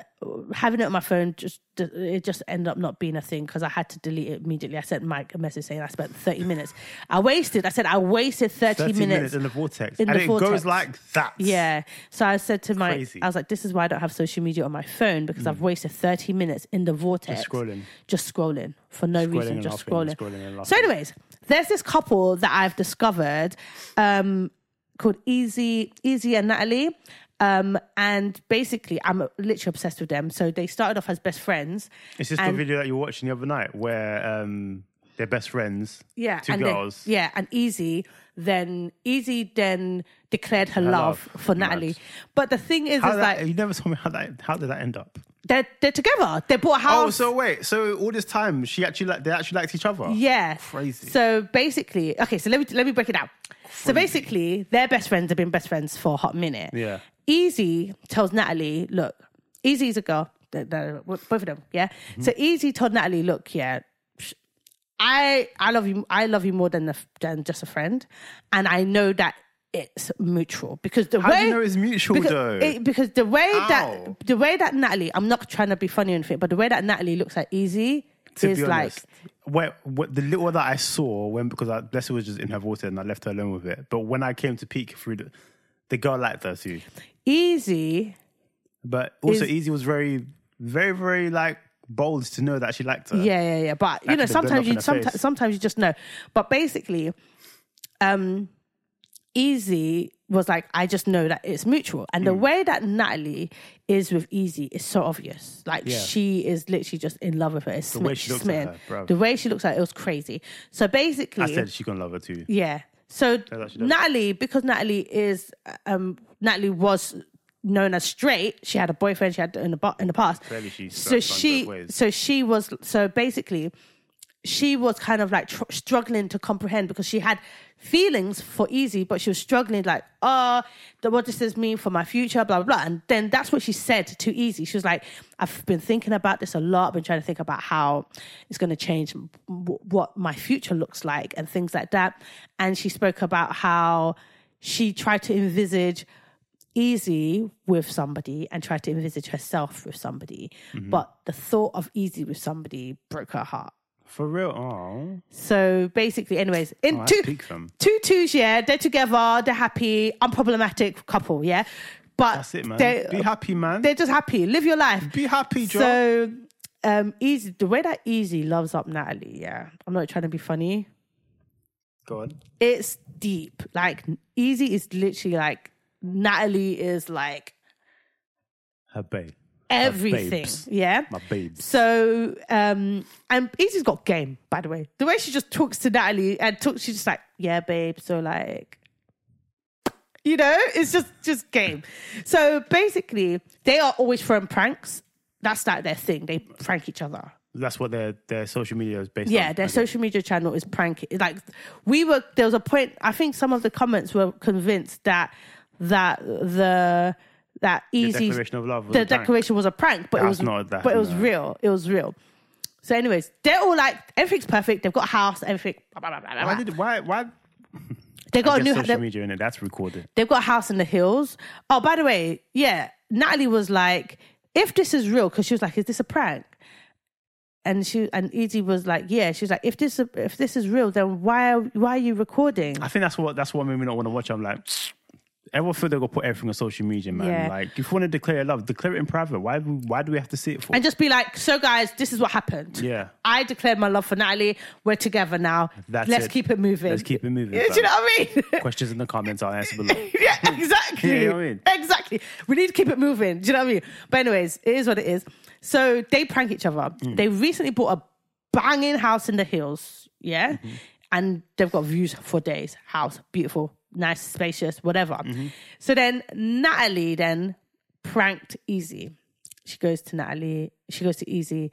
having it on my phone just it just ended up not being a thing because i had to delete it immediately i sent mike a message saying i spent 30 minutes i wasted i said i wasted 30,
30 minutes,
minutes
in the vortex.
in
and
the
it
vortex.
goes like that.
yeah. So I said to my,
Crazy. Mm.
I was like, this is why I don't have social media on my phone because I've wasted 30 minutes in the vortex.
scrolling.
Just scrolling for no reason,
and
just
laughing,
scrolling.
scrolling and
so,
laughing.
anyways, there's this couple that I've discovered um, called Easy, Easy and Natalie. Um, and basically, I'm literally obsessed with them. So they started off as best friends.
It's just
And-
the video that you were watching the other night where um, They're best friends.
yeah,
Two
and then-
girls.
yeah, and Easy then Easy then declared her,
Her
love,
love.
for Natalie.
Mad.
But the thing is,
How
is
did that,
like
you never told me how that how did that end up?
they're they're together. They bought a
Oh,
house.
so wait, so all this time she actually like they actually liked each other.
yeah,
crazy.
So basically, okay, so let me let me break it down. So basically, their best friends have been best friends for a hot minute.
Yeah.
Easy tells Natalie, look, Easy's a girl. They're- they're- Both of them, yeah.
Mm-hmm.
So Easy told Natalie, look, yeah, sh- I I love you. I love you more than the, f- than just a friend, and I know that it's mutual because the
How
way
do you know it's mutual
because,
though?
it- because the way
Ow.
that the way that Natalie, I'm not trying to be funny or anything, but the way that Natalie looks at Easy
to
is
be
like
honest, where, what- the little that I saw when because I Blessed was just in her water and I left her alone with it. But when I came to peek through the, the girl liked her too.
Easy
But also,
Is-
Easy was very, very, very like bold to know that she liked her.
Yeah, yeah, yeah. But you know,
could have been
sometimes
off in
you
her
sometimes,
face.
sometimes you just know. But basically, um, Easy was like, I just know that it's mutual, and
Mm.
the way that Natalie is with Easy is so obvious. Like
Yeah.
she is literally just in love with her. It's the
way she looks at her, bruv.
the way she looks at her, it was crazy. So basically,
I said she gonna love her too.
yeah. So
that she does.
Natalie, because Natalie is um Natalie was known as straight. She had a boyfriend. She had in the bu- in the past.
Clearly she
so
struck both
she
ways.
so she was so basically she was kind of like tr- struggling to comprehend because she had feelings for Easy, but she was struggling like, oh, the, what does this mean for my future, blah, blah, blah. And then that's what she said to Easy. She was like, I've been thinking about this a lot. I've been trying to think about how it's going to change w- what my future looks like and things like that. And she spoke about how she tried to envisage easy with somebody and tried to envisage herself with somebody but the thought of easy with somebody broke her heart
For real, oh,
so basically, anyways, in
Oh, that's
two
peak fam.
two twos, yeah, they're together, they're happy, unproblematic couple, yeah. But
that's it, man.
They,
Be happy, man.
they're just happy, live your life.
Be happy, Joe.
so um, easy, the way that Easy loves up Natalie, yeah. I'm not trying to be funny.
Go on.
It's deep. Like Easy is literally like Natalie is like
Her babe,
everything,
babes.
yeah.
my babes.
So, um, and Easy's got game, by the way. The way she just talks to Natalie and talks, she's just like, yeah, babe. So, like, you know, it's just just game. So basically, they are always throwing pranks. That's like their thing. They prank each other.
That's what their their social media is based on.
Yeah, their
I guess.
social media channel is prank. Like we were, there was a point. I think some of the comments were convinced that that the that easy
declaration of love was
the
a prank.
declaration was a prank, but it
That's
was
not- that-
but it was
no.
real. It was real. So, anyways, they're all like everything's perfect. They've got a house, everything. Blah, blah, blah, blah,
Why
blah.
did why why?
They got
Get
a new.
social
They,
media in it. That's recorded.
they've got a house in the hills. Oh, by the way, yeah, Natalie was like, if this is real, because she was like, is this a prank? And she and Easy was like, yeah. She was like, if this if this is real, then why are, why are you recording?
I think that's what that's what made me not want to watch. it. I'm like, everyone feel they gonna put everything on social media, man.
Yeah.
Like, if you want to declare your love, declare it in private. Why do- why do we have to see it for?
And just be like, so guys, this is what happened.
yeah,
I declared my love for Natalie. We're together now.
That's
Let's
it.
keep it moving.
let's keep it moving.
Do you
fam.
know what I mean?
Questions in the comments, I'll answer below.
yeah, exactly.
You know what I mean?
Exactly. We need to keep it moving. Do you know what I mean? But anyways, it is what it is. So they prank each other.
Mm.
They recently bought a banging house in the hills. Yeah.
Mm-hmm.
And they've got views for days. House, beautiful, nice, spacious, whatever.
Mm-hmm.
So then Natalie then pranked Easy. She goes to Natalie, she goes to Easy.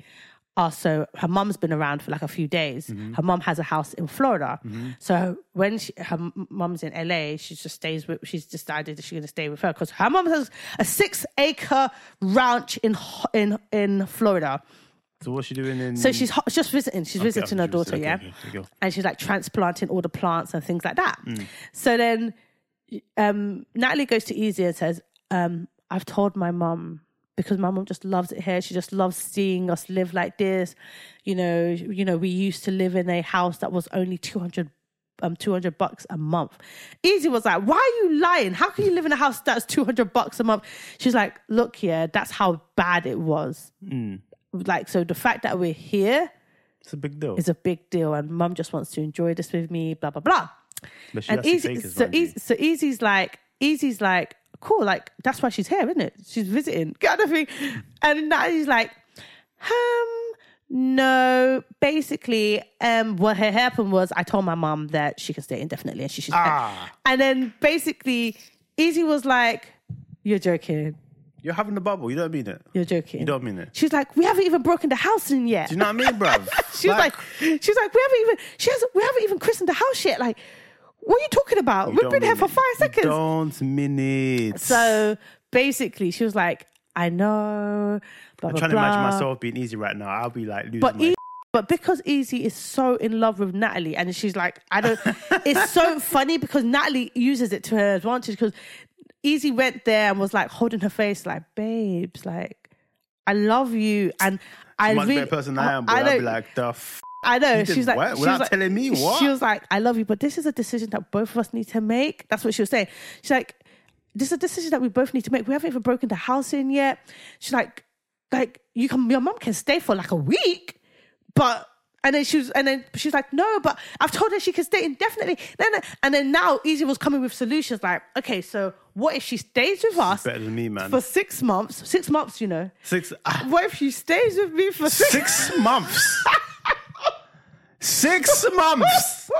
Also, her mum's been around for like a few days.
Mm-hmm.
Her mum has a house in Florida. So when she, her m- mum's in LA, she just stays with, she's decided that she's going to stay with her because her mum has a six acre ranch in, Ho- in, in Florida.
So what's she doing in?
So she's ho- she's just visiting. She's visiting her
Mm-hmm. okay,
daughter,
okay,
yeah,
okay, okay, go.
and she's like transplanting all the plants and things like that. So then, um, Natalie goes to Easy and says, um, "I've told my mum because my mum just loves it here. She just loves seeing us live like this. You know, you know, we used to live in a house that was only two hundred um, 200 bucks a month. Easy was like, Why are you lying? How can you live in a house that's 200 bucks a month? She's like, Look, yeah, that's how bad it was. Like, so the fact that we're here
it's a big deal.
is a big deal, and mum just wants to enjoy this with me, blah, blah, blah.
But she
And
has
easy,
to take us,
so, easy, so Easy's like, Easy's like, cool, like that's why she's here, isn't it? She's visiting, kind of thing. And Natalie's like, um, No, basically, um, what had happened was I told my mom that she could stay indefinitely and she should. stay.
Ah.
And then basically, Izzy was like, You're joking.
You're having a bubble. You don't mean it.
You're joking.
You don't mean it.
She's like, We haven't even broken the house in yet.
Do you know what I mean, bruv?
She's like, she's like, we haven't even, she hasn't, we haven't even christened the house yet. Like, what are you talking about?
you
We've
don't
been here
mean
for
it.
five
You
seconds.
Don't mean it.
So basically, she was like, I know. Blah,
I'm
blah,
trying to imagine
blah.
myself being easy right now. I'll be like losing
But
my.
E- but because Easy is so in love with Natalie, and she's like, I don't. it's so funny because Natalie uses it to her advantage because Easy went there and was like holding her face, like, babes, like. I love you, and I
much
really,
better person than I am, but
I
I'll be
don't-
like, the f-
I know.
did
She's like,
what?
she was
Without
like-
telling me what?
She was like, I love you, but this is a decision that both of us need to make. That's what she was saying. She's like, this is a decision that we both need to make. We haven't even broken the house in yet. She's like, like you can, your mom can stay for like a week, but. And then she was, and then she's like, no, but I've told her she can stay indefinitely. Then, and then now, Easy was coming with solutions like, okay, so what if she stays with us
better than me, man.
for six months? Six months, you know.
Six, ah,
What if she stays with me for six?
six months. Six months.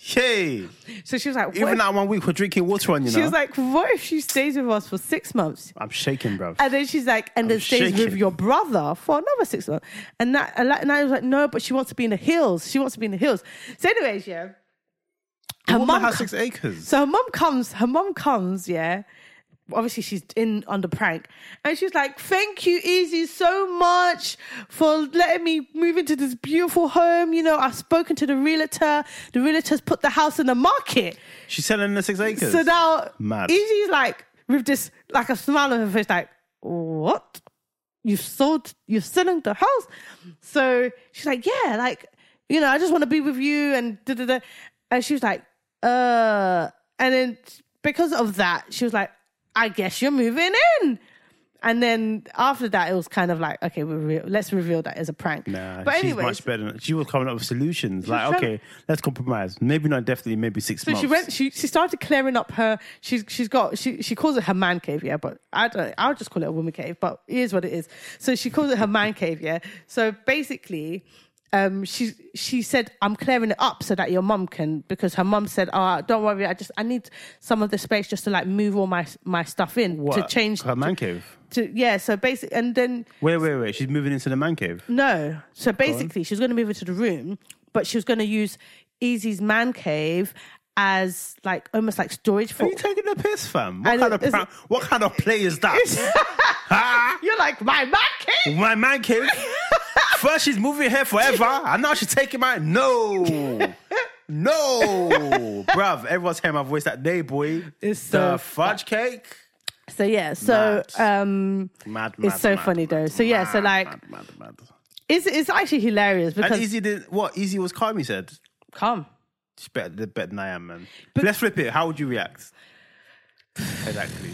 Hey,
So she was like, what
even
if-
that one week we're drinking water on, you
She
know.
was like, "What if she stays with us for six months?"
I'm shaking, bruv.
And then she's like, "And then stays with
shaking.
your brother for another six months." And that, and that- and I was like, "No, but she wants to be in the hills. She wants to be in the hills." So, anyways, yeah. Her
Woman
mum,
has six acres.
so her mum comes. Her mum comes. Yeah. Obviously, she's in on the prank, and she's like, "Thank you, Easy, so much for letting me move into this beautiful home. You know, I've spoken to the realtor. The realtor's put the house in the market."
She's selling the six acres.
So now
Mad.
Easy's like with this like a smile on her face, like, what? You've sold you're selling the house. So she's like, Yeah, like, you know, I just want to be with you and da da da and she was like, uh and then because of that, she was like, I guess you're moving in. And then after that, it was kind of like, okay, we re- let's reveal that as a prank.
Nah,
but
she's
anyways,
much better. than- She was coming up with solutions. like,
trying-
okay, let's compromise. Maybe not definitely, maybe six
So
months.
she went. She she started clearing up her. She's she's got. She she calls it her man cave. Yeah, but I don't. I'll just call it a woman cave. But it is what it is. So she calls it her man cave. Yeah. So basically, um, she she said, "I'm clearing it up so that your mum can," because her mum said, "Oh, don't worry. I just I need some of the space just to like move all my my stuff in to
What?
change
her man cave.
to yeah." So basic, and then
Wait, wait, wait. She's moving into the man cave.
no. So basically, she was going to move into the room, but she was going to use Easy's man cave as like almost like storage
Are
for.
you taking the piss, fam? What
I
kind
know,
of
is
pra-
it-
what kind of play is that? Ah! Ha?
You're like my man cave.
my man cave. First she's moving here forever, and now she's taking my no, no, bruv. Everyone's hearing my voice that day, boy.
It's
the
so
fudge cake.
So yeah. So um,
Mad, mad
It's so
mad,
funny,
mad,
though. So, yeah, so,
mad,
like-
mad, mad, mad.
it's it's actually hilarious
And
because
Easy did what? Easy was calm. He said,
come.
"She's better, they're better than I am, man." Let's flip it. How would you react? exactly.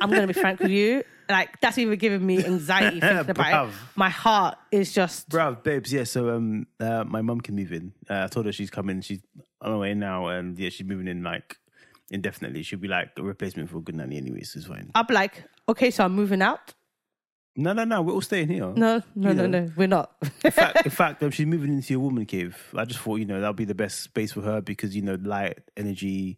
I'm gonna be frank with you. Like that's even giving me anxiety thinking about
Bruv.
it. My heart is just
Bruv, babes, yeah. So um, uh, my mum can move in. Uh, I told her she's coming. She's on her way now, and yeah, she's moving in like indefinitely. She'll be like a replacement for a good nanny, anyways. It's fine.
I'm like, okay, so I'm moving out.
No, no, no. We're all staying here.
No, no,
You
no,
know.
no. We're not.
In fact, in fact, um, she's moving into a woman cave. I just thought you know that'll be the best space for her because you know light, energy,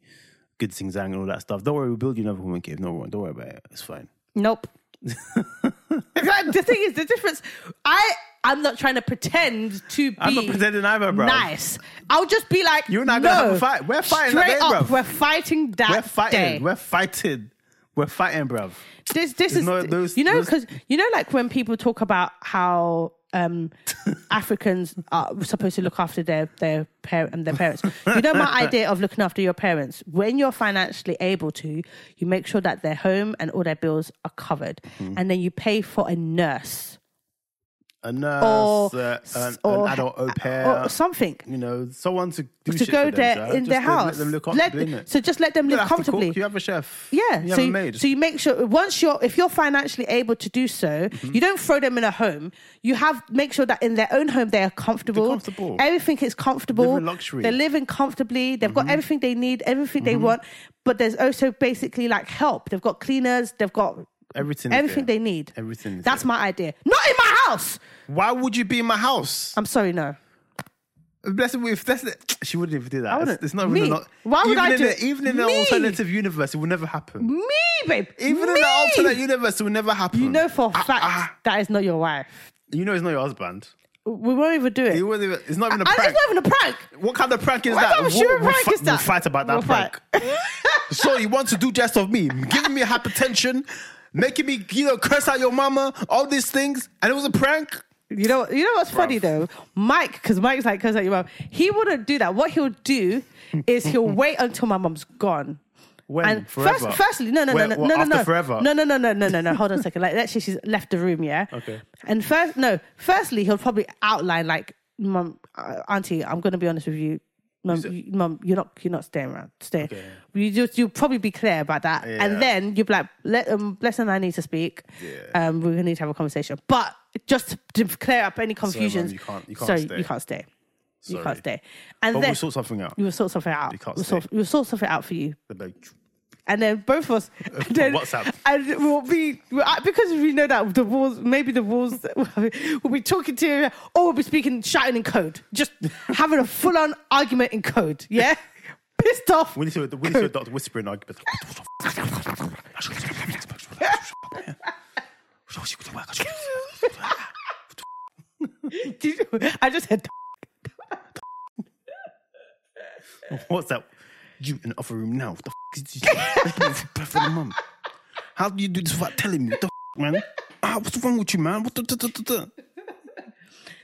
good things, and all that stuff. Don't worry, we'll build you another woman cave. No, worry, don't worry about it. It's fine.
Nope. the thing is, the difference. I I'm not trying to pretend to be.
I'm not pretending either, bruv.
Nice. I'll just be like,
You and I
no,
gonna have a fight. We're fighting that
Straight
day,
up,
bruv.
we're fighting that
We're fighting.
day.
We're fighting. We're fighting, bruv.
this this is
no- those-
you know
those-
because you know like when people talk about how um Africans are supposed to look after their their parent and their parents. You know my idea of looking after your parents when you're financially able to, you make sure that their home and all their bills are covered,
Hmm.
and then you pay for a nurse
A nurse,
Or-
uh, an,
or-
an adult au pair,
or something.
you know, someone to do
to
shit
go
for them,
there
sir.
in
Just
their
to
house.
Let them look up
Let-
to doing it.
So just let them
You
live
have to cook,
comfortably.
You have a chef.
Yeah,
you have
so,
a
you-
maid.
so you make sure once you're if you're financially able to do so,
Mm-hmm.
you don't throw them in a home. You have make sure that in their own home they are comfortable.
comfortable.
Everything is comfortable.
Live in luxury. Mm-hmm.
They're living comfortably. They've got everything they need, everything they want. But there's also basically like help. They've got cleaners. They've got
Everything. is
Everything
there.
they need.
Everything. is
That's my idea. Not in my house.
there. Why would you be in my house?
I'm sorry, no.
Bless her with that's the, she wouldn't even do that. It's,
wouldn't.
it's not
Me.
really not.
Why would
even
I
in
do
the,
it?
Even in an
Me.
alternative universe, it will never happen.
Me, babe.
Even
Me.
in an alternate universe, it will never happen.
You know for a
Ah,
fact
ah.
that is not your wife.
you know it's not your husband.
We won't even do it.
It wasn't even, it's not even a
I-
prank.
It's not even a prank.
What kind of prank is
What
that?
kind of sure
we'll,
prank
fi-
is that?
we'll fight about that
We'll
prank.
fight.
so you want to do just of me, giving me hypertension, making me you know curse out your mama, all these things, and it was a prank.
You know, you know what's funny though, Mike, because Mike's like, "Cause like your mum," he wouldn't do that. What he'll do is he'll wait until my mum's gone.
When
and
forever.
first, firstly, no, no,
Where-
no, no,
what,
no, no,
after
no,
forever?
no, no, no, no, no, no, no. Hold on a second. Like, let's say she's left the room, yeah.
Okay.
And first, no, firstly, he'll probably outline like, "Mum, uh, Auntie, I'm gonna be honest with you." Mum,
said-
you, mum, you're not, you're not staying around. Stay.
Okay.
You just, you'll probably be clear about that,
Yeah.
and then you'll be like, "Let, um, bless and I need to speak.
Yeah.
Um, we're gonna need to have a conversation." But just to clear up any confusions,
you can't- you can't
sorry,
stay.
You can't stay. You
Sorry.
can't stay. And
But
then
we'll sort something out.
you will sort something out. You
can't
we'll, sort, we'll sort something out for you.
They're like,
And then both of us, and then,
WhatsApp.
and we'll be we'll, uh, because we know that the walls, maybe the walls, we'll be talking to, or we'll be speaking, shouting in code, just having a full-on argument in code. Yeah, pissed off.
We need to, we need to adopt whispering arguments.
Did you- I just said
What's that? You in the other room now? What the f- is this? Let's go for the mum. How do you do this without telling me? What the f- man? Ah, what's wrong with you, man? What the, the, the, the, the?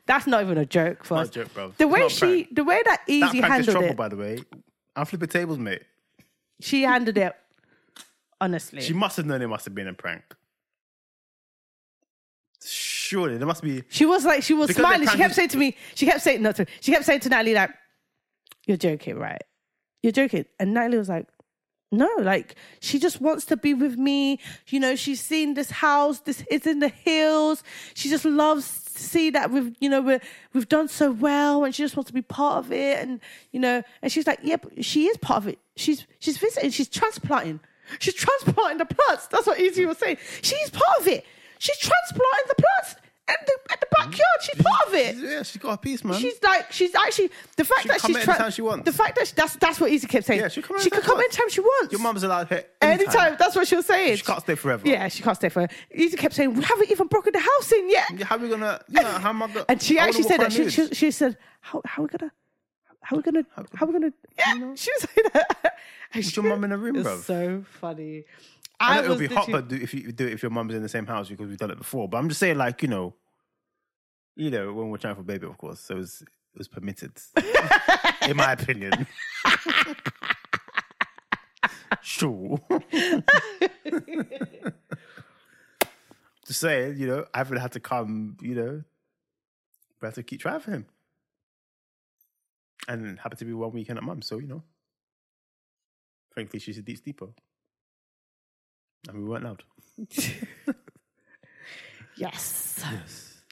that's not even a joke for
Not a
us.
joke, bro.
The
It's
way
not a
she,
prank.
the way that
That
Easy
prank is
handled
trouble,
it,
by the way. I'm flipping tables, mate.
she handled it honestly.
She must have known it must have been a prank. Surely there must be.
She was like, she was
Because they
smiling. She
can't
kept
do-
saying to me, she kept saying, not to, she kept saying to Natalie, like, you're joking, right? You're joking. And Natalie was like, no, like, she just wants to be with me. You know, she's seen this house, this is in the hills. She just loves to see that we've, you know, we're, we've done so well and she just wants to be part of it. And, you know, and she's like, yeah, but she is part of it. She's, she's visiting, she's transplanting. She's transplanting the plants. That's what Izzy was saying. She's part of it. She's transplanting the plants and the, at the backyard. She's part of it.
Yeah, she's got a piece, man.
She's like, she's actually the fact
She
that
can come at
she's
any time she wants.
The fact that she, that's that's what Izzy kept saying.
Yeah, she can come anytime
she could
she
come
wants.
anytime she wants.
Your mum's allowed her anytime.
anytime. That's what she was saying.
She can't stay forever.
Yeah, she can't stay forever. Izzy kept saying, "We haven't even broken the house in yet."
How are we gonna? You know, how am I gonna?
And she
I wanna
actually
walk
said
around
that. She,
nude.
she, she said, "How how we gonna, how we gonna, how we gonna?" Yeah, she was saying that. And
Put
she-
your mum in a room,
It's
bro.
so funny.
I
I,
know it'll
was
be hot,
literally-
but do, if you do it if your mum's in the same house because we've done it before. But I'm just saying, like you know, you know, when we're trying for baby, of course, so it was it was permitted, in my opinion. sure. just saying, you know, I haven't had to come, you know, we have to keep trying for him. And it happened to be one weekend at mum's, so you know. Frankly, she's a deep sleeper. And we weren't loud.
yes.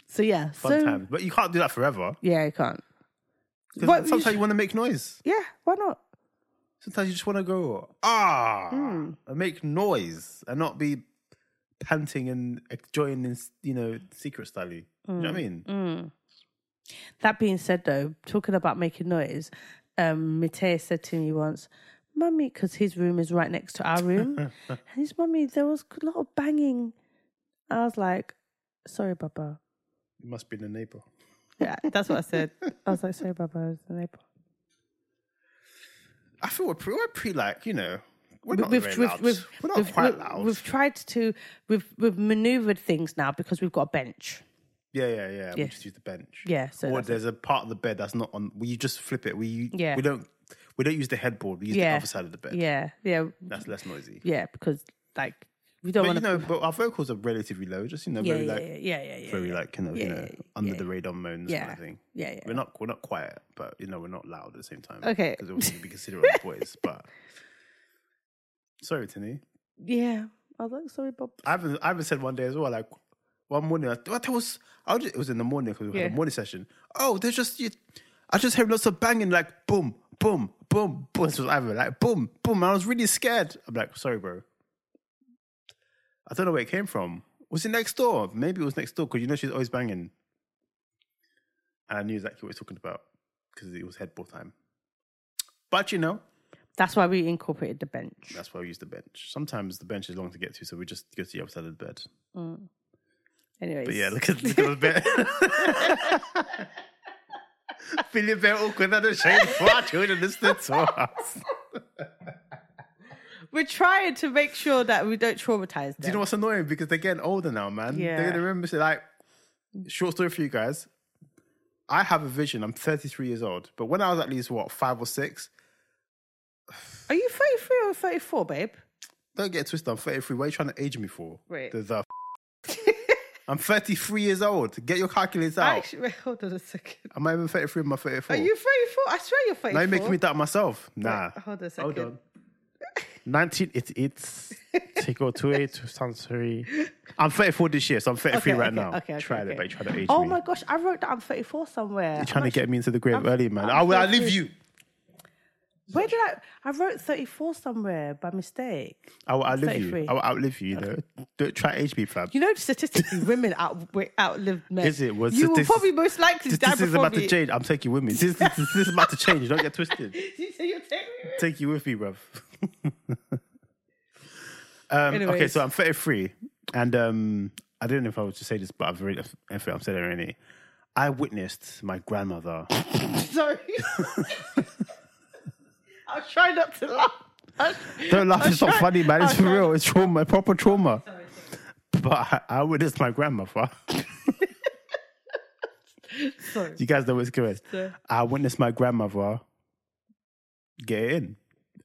So yeah.
Fun
so
times. But you can't do that forever.
yeah, I can't.
'Cause
But
sometimes
you-
you, want to make noise.
Yeah, why not?
Sometimes you just want to go, ah,
Hmm.
and make noise and not be panting and enjoying this, you know, secret style. You know
Hmm.
what I mean?
That being said, though, talking about making noise, um, Mateo said to me once, "Mummy," because his room is right next to our room, and his mummy, there was a lot of banging. I was like, "Sorry, Baba."
You must be the neighbor.
Yeah, that's what I said. I was like, "Sorry, Baba." It was the neighbor.
I feel we're pretty, we're pretty like, you know, we're not
We've-
very
we've-
loud.
we've-
we're not
we've-
quite
we've-
loud.
We've tried to we've we've manoeuvred things now because we've got a bench.
yeah, yeah, yeah. We
Yes.
just use the bench.
Yeah, so
or
that's it.
there's a part of the bed that's not on. We just flip it. We
Yeah.
we don't we don't use the headboard. We use the
Yeah.
other side of the bed.
Yeah, yeah,
That's less noisy.
yeah. Because like we don't
But
want
you
to.
know, but our vocals are relatively low. Just you know,
yeah,
very
yeah,
like
yeah, yeah, yeah, yeah,
very
yeah.
like kind of you
Yeah,
know
yeah,
under
yeah,
the radar moans kind
yeah,
of thing.
yeah, yeah.
We're not we're not quiet, but you know we're not loud at the same time.
Okay.
because obviously we consider our voice. But sorry, Tini,
Yeah. I was like, sorry, Bob.
I haven't I haven't said one day as well. Like one morning, I, what that was I was, it was in the morning because we had a
Yeah.
morning session. Oh, there's just you, I just heard lots of banging, like boom, boom, boom, boom. This was Ivan, like boom, boom. And I was really scared. I'm like, sorry, bro. I don't know where it came from. Was it next door? Maybe it was next door because you know she's always banging. And I knew exactly what he was talking about because it was headball time. But you know,
That's why we incorporated the bench.
that's why we use the bench. Sometimes the bench is long to get to, so we just go to the other side of the bed.
Anyways.
But yeah, look at, look at the bed. Feeling very awkward and ashamed for our children listening to us.
We're trying to make sure that we don't traumatize them.
Do you know what's annoying? Because they're getting older now, man.
Yeah.
They're gonna remember so like short story for you guys. I have a vision. I'm 33 years old, but when I was at least what five or six,
Are you 33 or 34, babe?
Oh. don't get it twisted. I'm 33. What are you trying to age me for?
Wait.
The, the f- I'm 33 years old. Get your calculators
I
out.
Actually, wait, hold on a second.
Am I even 33? Am I 34?
Are you 34? I swear you're 34.
now you're making me doubt myself. Nah.
Wait, Hold on a second.
Hold on. 1988, sequel 28, 2003. I'm 34 this year, so I'm 33
Okay,
right
okay,
now.
okay, okay,
try
okay.
that, but try to age
Oh
me.
my gosh, I wrote that I'm 34 somewhere. I'm
You're trying to
not
get me into the grave early, man. i will. I leave you.
su- Where did I? I wrote 34 somewhere by mistake.
I will outlive you.
33.
I will outlive you. You know, don't try age me, fam.
You know, statistically, women out outlive men.
Is it? Was
you
statis-
will probably most likely
This,
die
this
before
is about
me.
to change. I'm taking you with me. This, this, this is about to change. Don't get twisted.
You say you're taking me?
Take you with me, bruv. um, okay,
Anyways.
so I'm 33, and um, I don't know if I was to say this, but I've already, I feel I've said it already. I witnessed my grandmother.
Sorry. I'll try not to laugh. I'll-
Don't laugh.
I'll
It's not
try-
funny, man. It's
I'll
for
try-
real. It's trauma, proper trauma. But I, I witnessed my grandmother.
Sorry.
You guys know what's going.
So-
I witnessed my grandmother get it in.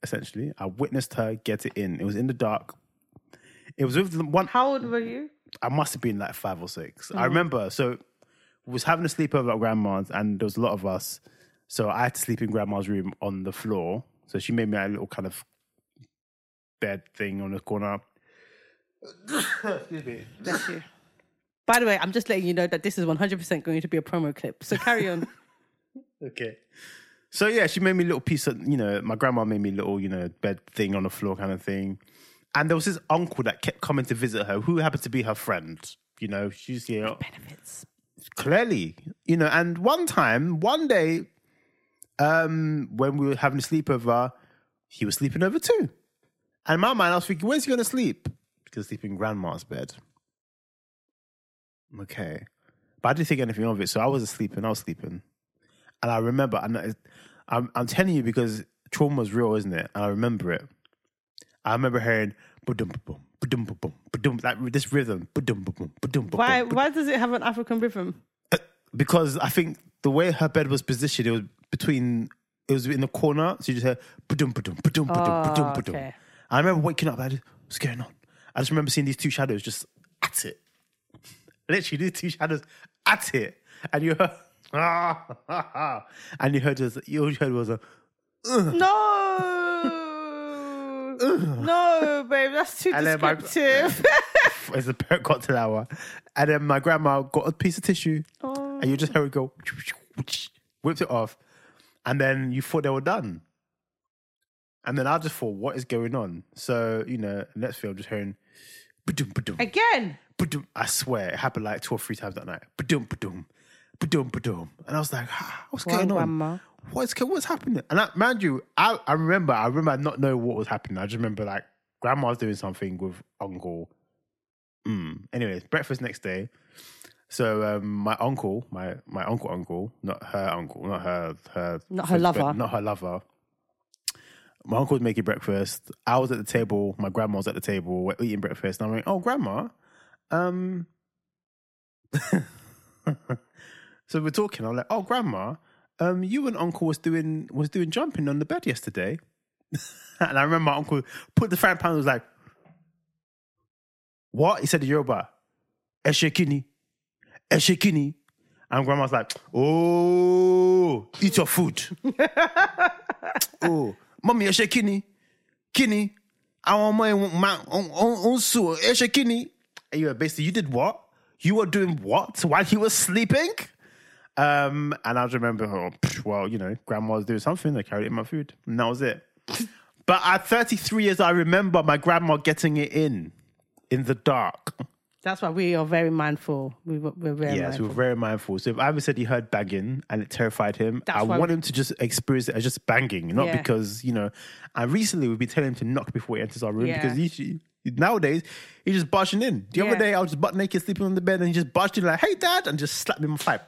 Essentially, I witnessed her get it in. It was in the dark. It was with the one.
How old were you?
I must have been like five or 6 I remember. So we was having a sleepover at grandma's, and there was a lot of us. So I had to sleep in grandma's room on the floor. So she made me a little kind of bed thing on the corner. Excuse me.
Bless you. By the way, I'm just letting you know that this is 100% going to be a promo clip. So carry on.
Okay. So yeah, she made me a little piece of you know, my grandma made me a little, you know, bed thing on the floor kind of thing. And there was this uncle that kept coming to visit her, who happened to be her friend. You know, she's here
Benefits.
clearly, you know. And one time, one day, um, when we were having a sleepover, he was sleeping over too. And in my mind, I was thinking, where's he going to sleep? Because sleep in grandma's bed. Okay, but I didn't think anything of it, so I was asleep and I was sleeping, and I remember. And I- I'm, I'm telling you because trauma's real, isn't it? And I remember it. I remember hearing. Ba-dum, ba-bum, ba-dum, ba-bum, ba-dum, like this rhythm. Ba-dum, ba-bum, ba-dum, ba-bum,
Why, why does it have an African rhythm?
because I think the way her bed was positioned, it was between, it was in the corner. So you just heard, ba-dum, ba-dum, ba-dum, ba-dum, ba-dum, ba-dum.
okay.
I remember waking up, I just, what's going on? I just remember seeing these two shadows just at it. Literally, these two shadows at it. And you heard, and you heard, just, all you heard was a,
No! no, babe, that's too
And then my-
descriptive.
it's a cocktail hour. And then my grandma got a piece of tissue and you just heard it go, whipped it off. And then you thought they were done. And then I just thought, what is going on? So, you know, next thing I'm just hearing, ba-dum, ba-dum,
Again,
ba-dum. I swear it happened like two or three times that night. Ba-dum, ba-dum, ba-dum, ba-dum. And I was like, ah, what's
Wow,
going on?
grandma.
What's, go- what's happening? And I, mind you, I, I remember, I remember not knowing what was happening. I just remember like grandma's doing something with uncle. Mm. Anyways, breakfast next day. So um, my uncle, my my uncle uncle, not her uncle, not her her
Not her lover.
not her lover. My uncle was making breakfast. I was at the table. My grandma was at the table. We're eating breakfast, and I'm like, "Oh, grandma." Um. so we're talking. I'm like, "Oh, grandma, um, you and uncle was doing was doing jumping on the bed yesterday," and I remember my uncle put the frying pan. and Was like, "What?" He said in Yoruba, "Eshekini." Eshikini. And grandma's like, oh, eat your food. oh, mommy, Eshikini. Kini. I want my my own own so Eshikini. And you were basically, you did what? You were doing what while he was sleeping? Um, and I just remember, oh, psh, well, you know, grandma was doing something. They carried it in my food. And that was it. but at 33 years, I remember my grandma getting it in. in the dark.
That's why we are very mindful. We, were- we're very
Yes,
mindful.
we're very mindful. So if Ivan said he heard banging and it terrified him,
That's
I
why
want
we-
him to just experience it as just banging, not
Yeah.
because you know. And recently, we've been telling him to knock before he enters our room
Yeah.
because usually nowadays he's just barging in. The
Yeah.
other day, I was just butt naked sleeping on the bed and he just barged in like, "Hey, dad," and just slapped me in my face.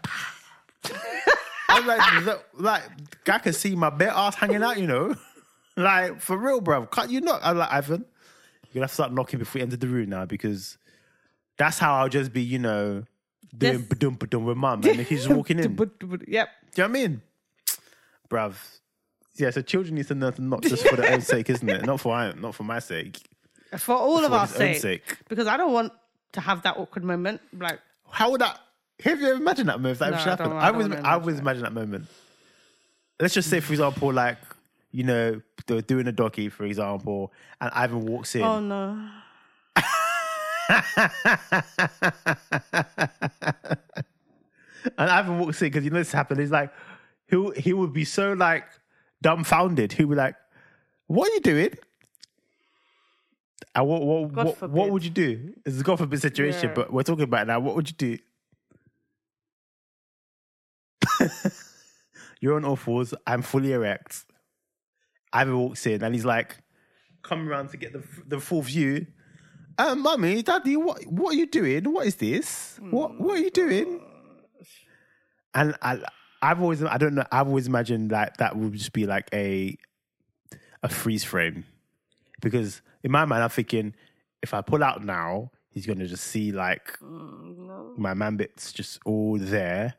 I'm like, look, like I can see my bare ass hanging out, you know, like for real, bro. Can't you knock? I'm like, Ivan, you're gonna have to start knocking before you enter the room now because that's how I'll just be, you know, doing
This-
ba-dum ba-dum with mum and he's just walking in. Do you
Yep.
know what I mean? Bruv. Yeah, so children need to learn to knock just for their own sake, isn't it? Not for I, not for my sake.
For all of
For
our
his own
sake,
sake.
Because I don't want to have that awkward moment. Like,
How would that have you ever imagined that moment if that ever
No, I don't
happened?
know, I
I
don't
was
wanna
I was
imagine it.
imagine that moment. Let's just say, for example, like, you know, they were doing a doggy, for example, and Ivan walks in.
oh no.
And Ivan walks in because you know this happened. He's like, he he would be so like dumbfounded. He'd be like, "What are you doing? And what what
God
what,
forbid.
what would you do? It's a God forbid situation,
Yeah.
but we're talking about it now. What would you do? You're on all fours. I'm fully erect. Ivan walks in and he's like, "Come around to get the the full view." Uh, mummy, daddy, what what are you doing? What is this? What what are you doing? And I, I've always, I don't know, I've always imagined that that would just be like a, a freeze frame, because in my mind I'm thinking, if I pull out now, he's gonna just see like
Mm,
my man bits just all there,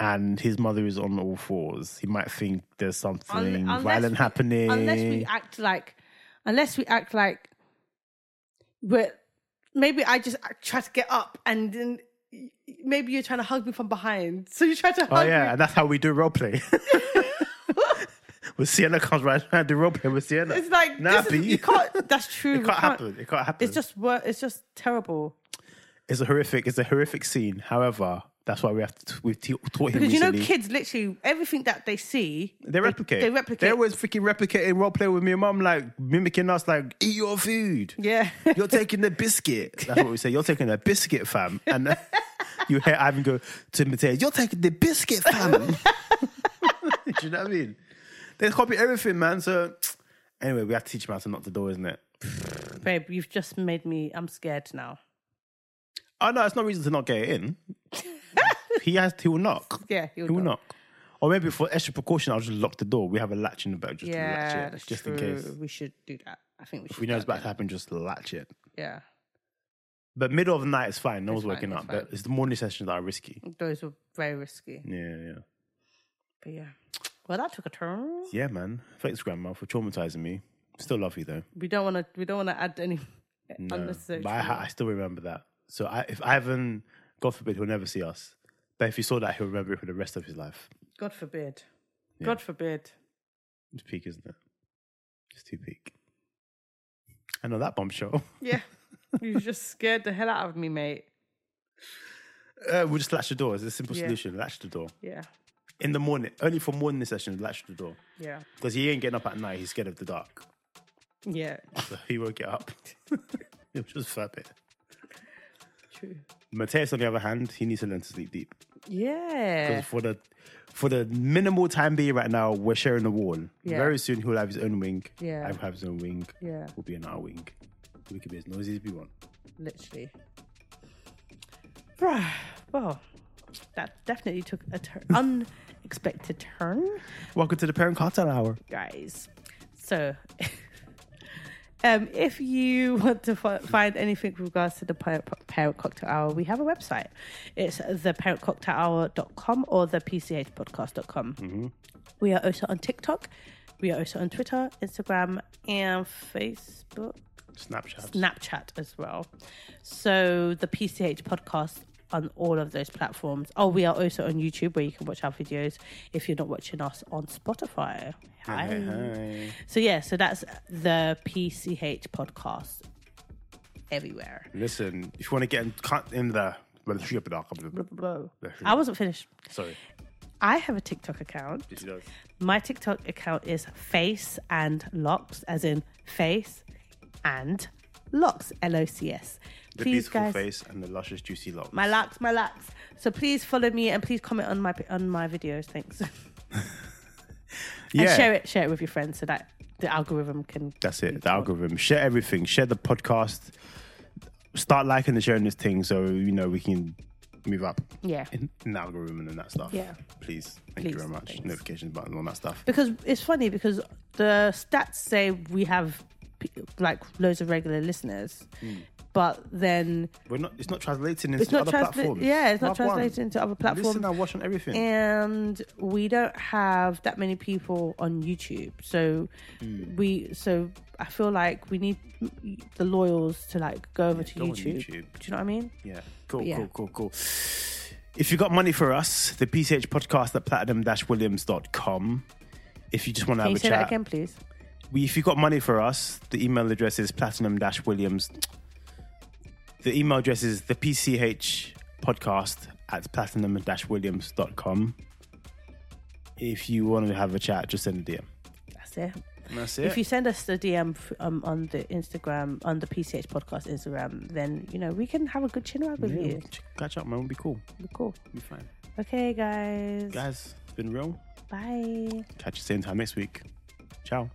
and his mother is on all fours. He might think there's something
unless
violent
we-
happening.
Unless we act like, unless we act like, we're, maybe I just act- try to get up and then y- maybe you're trying to hug me from behind. So you try to hug
Oh yeah,
me.
and that's how we do role play. when Sienna comes right, I do role play with Sienna.
It's like,
nah,
this
B.
is, you can't, that's true.
It can't happen. It can't happen.
It's just, wor- it's just terrible.
It's a horrific. It's a horrific scene. However, that's why we have to. We've t- taught him
Because you know,
recently.
kids literally, everything that they see,
they replicate.
They replicate.
They always freaking replicating role play with me and mum, like mimicking us, like eat your food.
yeah.
You're taking the biscuit. That's what we say. You're taking the biscuit, fam. And you hear Ivan go to Mateo, you're taking the biscuit, fam. Do you know what I mean? They copy everything, man. So anyway, we have to teach them how to knock the door, isn't it?
Babe, you've just made me, I'm scared now.
Oh no, it's no reason to not get it in. he has he will knock.
Yeah,
He will knock. Or maybe for extra precaution, I'll just lock the door. We have a latch in the back just to
Yeah,
latch
that's
it. Just
true.
in case.
We should do that. I think we should.
We know
do
it's
that.
about to happen, just latch it.
Yeah.
But middle of the night is fine. No one's
fine,
waking
it's
up. But
fine.
it's the morning sessions that are risky.
Those were very risky.
Yeah, yeah.
But yeah. Well, that took a turn.
Yeah, man. Thanks, Grandma, for traumatizing me. Still love you though.
We don't want to. We don't want to add any
No,
unnecessary.
but I, ha- I still remember that. So I, if Ivan, God forbid, he'll never see us. But if he saw that, he'll remember it for the rest of his life.
God forbid.
Yeah.
God forbid.
It's peak, isn't it? It's too peak. I know that bombshell.
Yeah. you just scared the hell out of me, mate.
Uh, we'll just latch the door. It's a simple
Yeah.
solution. Latch the door.
Yeah.
In the morning, only for morning sessions, latch the door.
Yeah.
Because he ain't getting up at night. He's scared of the dark.
Yeah.
So he won't get up. He'll just flap it.
True.
Mateus, on the other hand, he needs to learn to sleep deep.
Yeah.
Because for the for the minimal time being right now, we're sharing a wall.
Yeah.
Very soon he'll have his own wing.
Yeah.
I will have his own wing.
Yeah.
We'll be in our wing. We can be as noisy as we want.
Literally. Bruh. Well, that definitely took a turn. unexpected turn.
Welcome to the parent cartel hour.
guys. So, um, if you want to f- find anything with regards to the Par- Parent Cocktail Hour, we have a website. It's theparentcocktailhour.com or thepchpodcast.com.
Mm-hmm.
We are also on TikTok. We are also on Twitter, Instagram, and Facebook.
Snapchat.
Snapchat as well. So the PCH podcast on all of those platforms. Oh, we are also on YouTube where you can watch our videos if you're not watching us on Spotify. Hi.
Hey, hey.
So yeah, so that's the PCH podcast everywhere.
Listen, if you want to get in, cut in the
I wasn't finished.
sorry.
I have a TikTok account.
Yes, she does.
My TikTok account is face and locks, as in face and Locks, L O C S.
The
Please,
beautiful
guys.
face and the luscious, juicy locks.
My locks, my locks. So please follow me and please comment on my on my videos. Thanks.
yeah,
And share it, share it with your friends so that the algorithm can.
that's it. The algorithm. Share everything. Share the podcast. Start liking and sharing this thing so you know we can move up
Yeah.
in, in the algorithm and that stuff.
Yeah.
Please. Thank you
Please,
very much.
thanks.
Notification button, all that stuff.
Because it's funny because the stats say we have p- like loads of regular listeners, but then
We're not. It's not translating into
it's not
Hmm. other
translated.
platforms.
Yeah, it's
Love
not
one.
translated into other
Listen
platforms.
and watch on everything.
and we don't have that many people on YouTube. So
Hmm.
we so I feel like we need the loyals to like go over to
go on
YouTube.
YouTube.
Do you know what I mean?
Yeah. Cool,
yeah.
cool, cool, cool. If you got money for us, the PCH podcast at platinum williams.com. If you just want to
Can
have
you
a
say
chat,
that again, please?
we, if you got money for us, the email address is platinum williams. The email address is the PCH podcast at platinum williams.com. If you want to have a chat, just send a DM.
That's it.
And that's
If you send us the DM f- um, on the Instagram, on the PCH podcast Instagram, then you know we can have a good chin wag with you.
Catch up, man. We'll be cool.
Be Cool.
We'll be fine.
Okay, guys.
Guys, it's been real.
Bye.
Catch you same time next week. Ciao.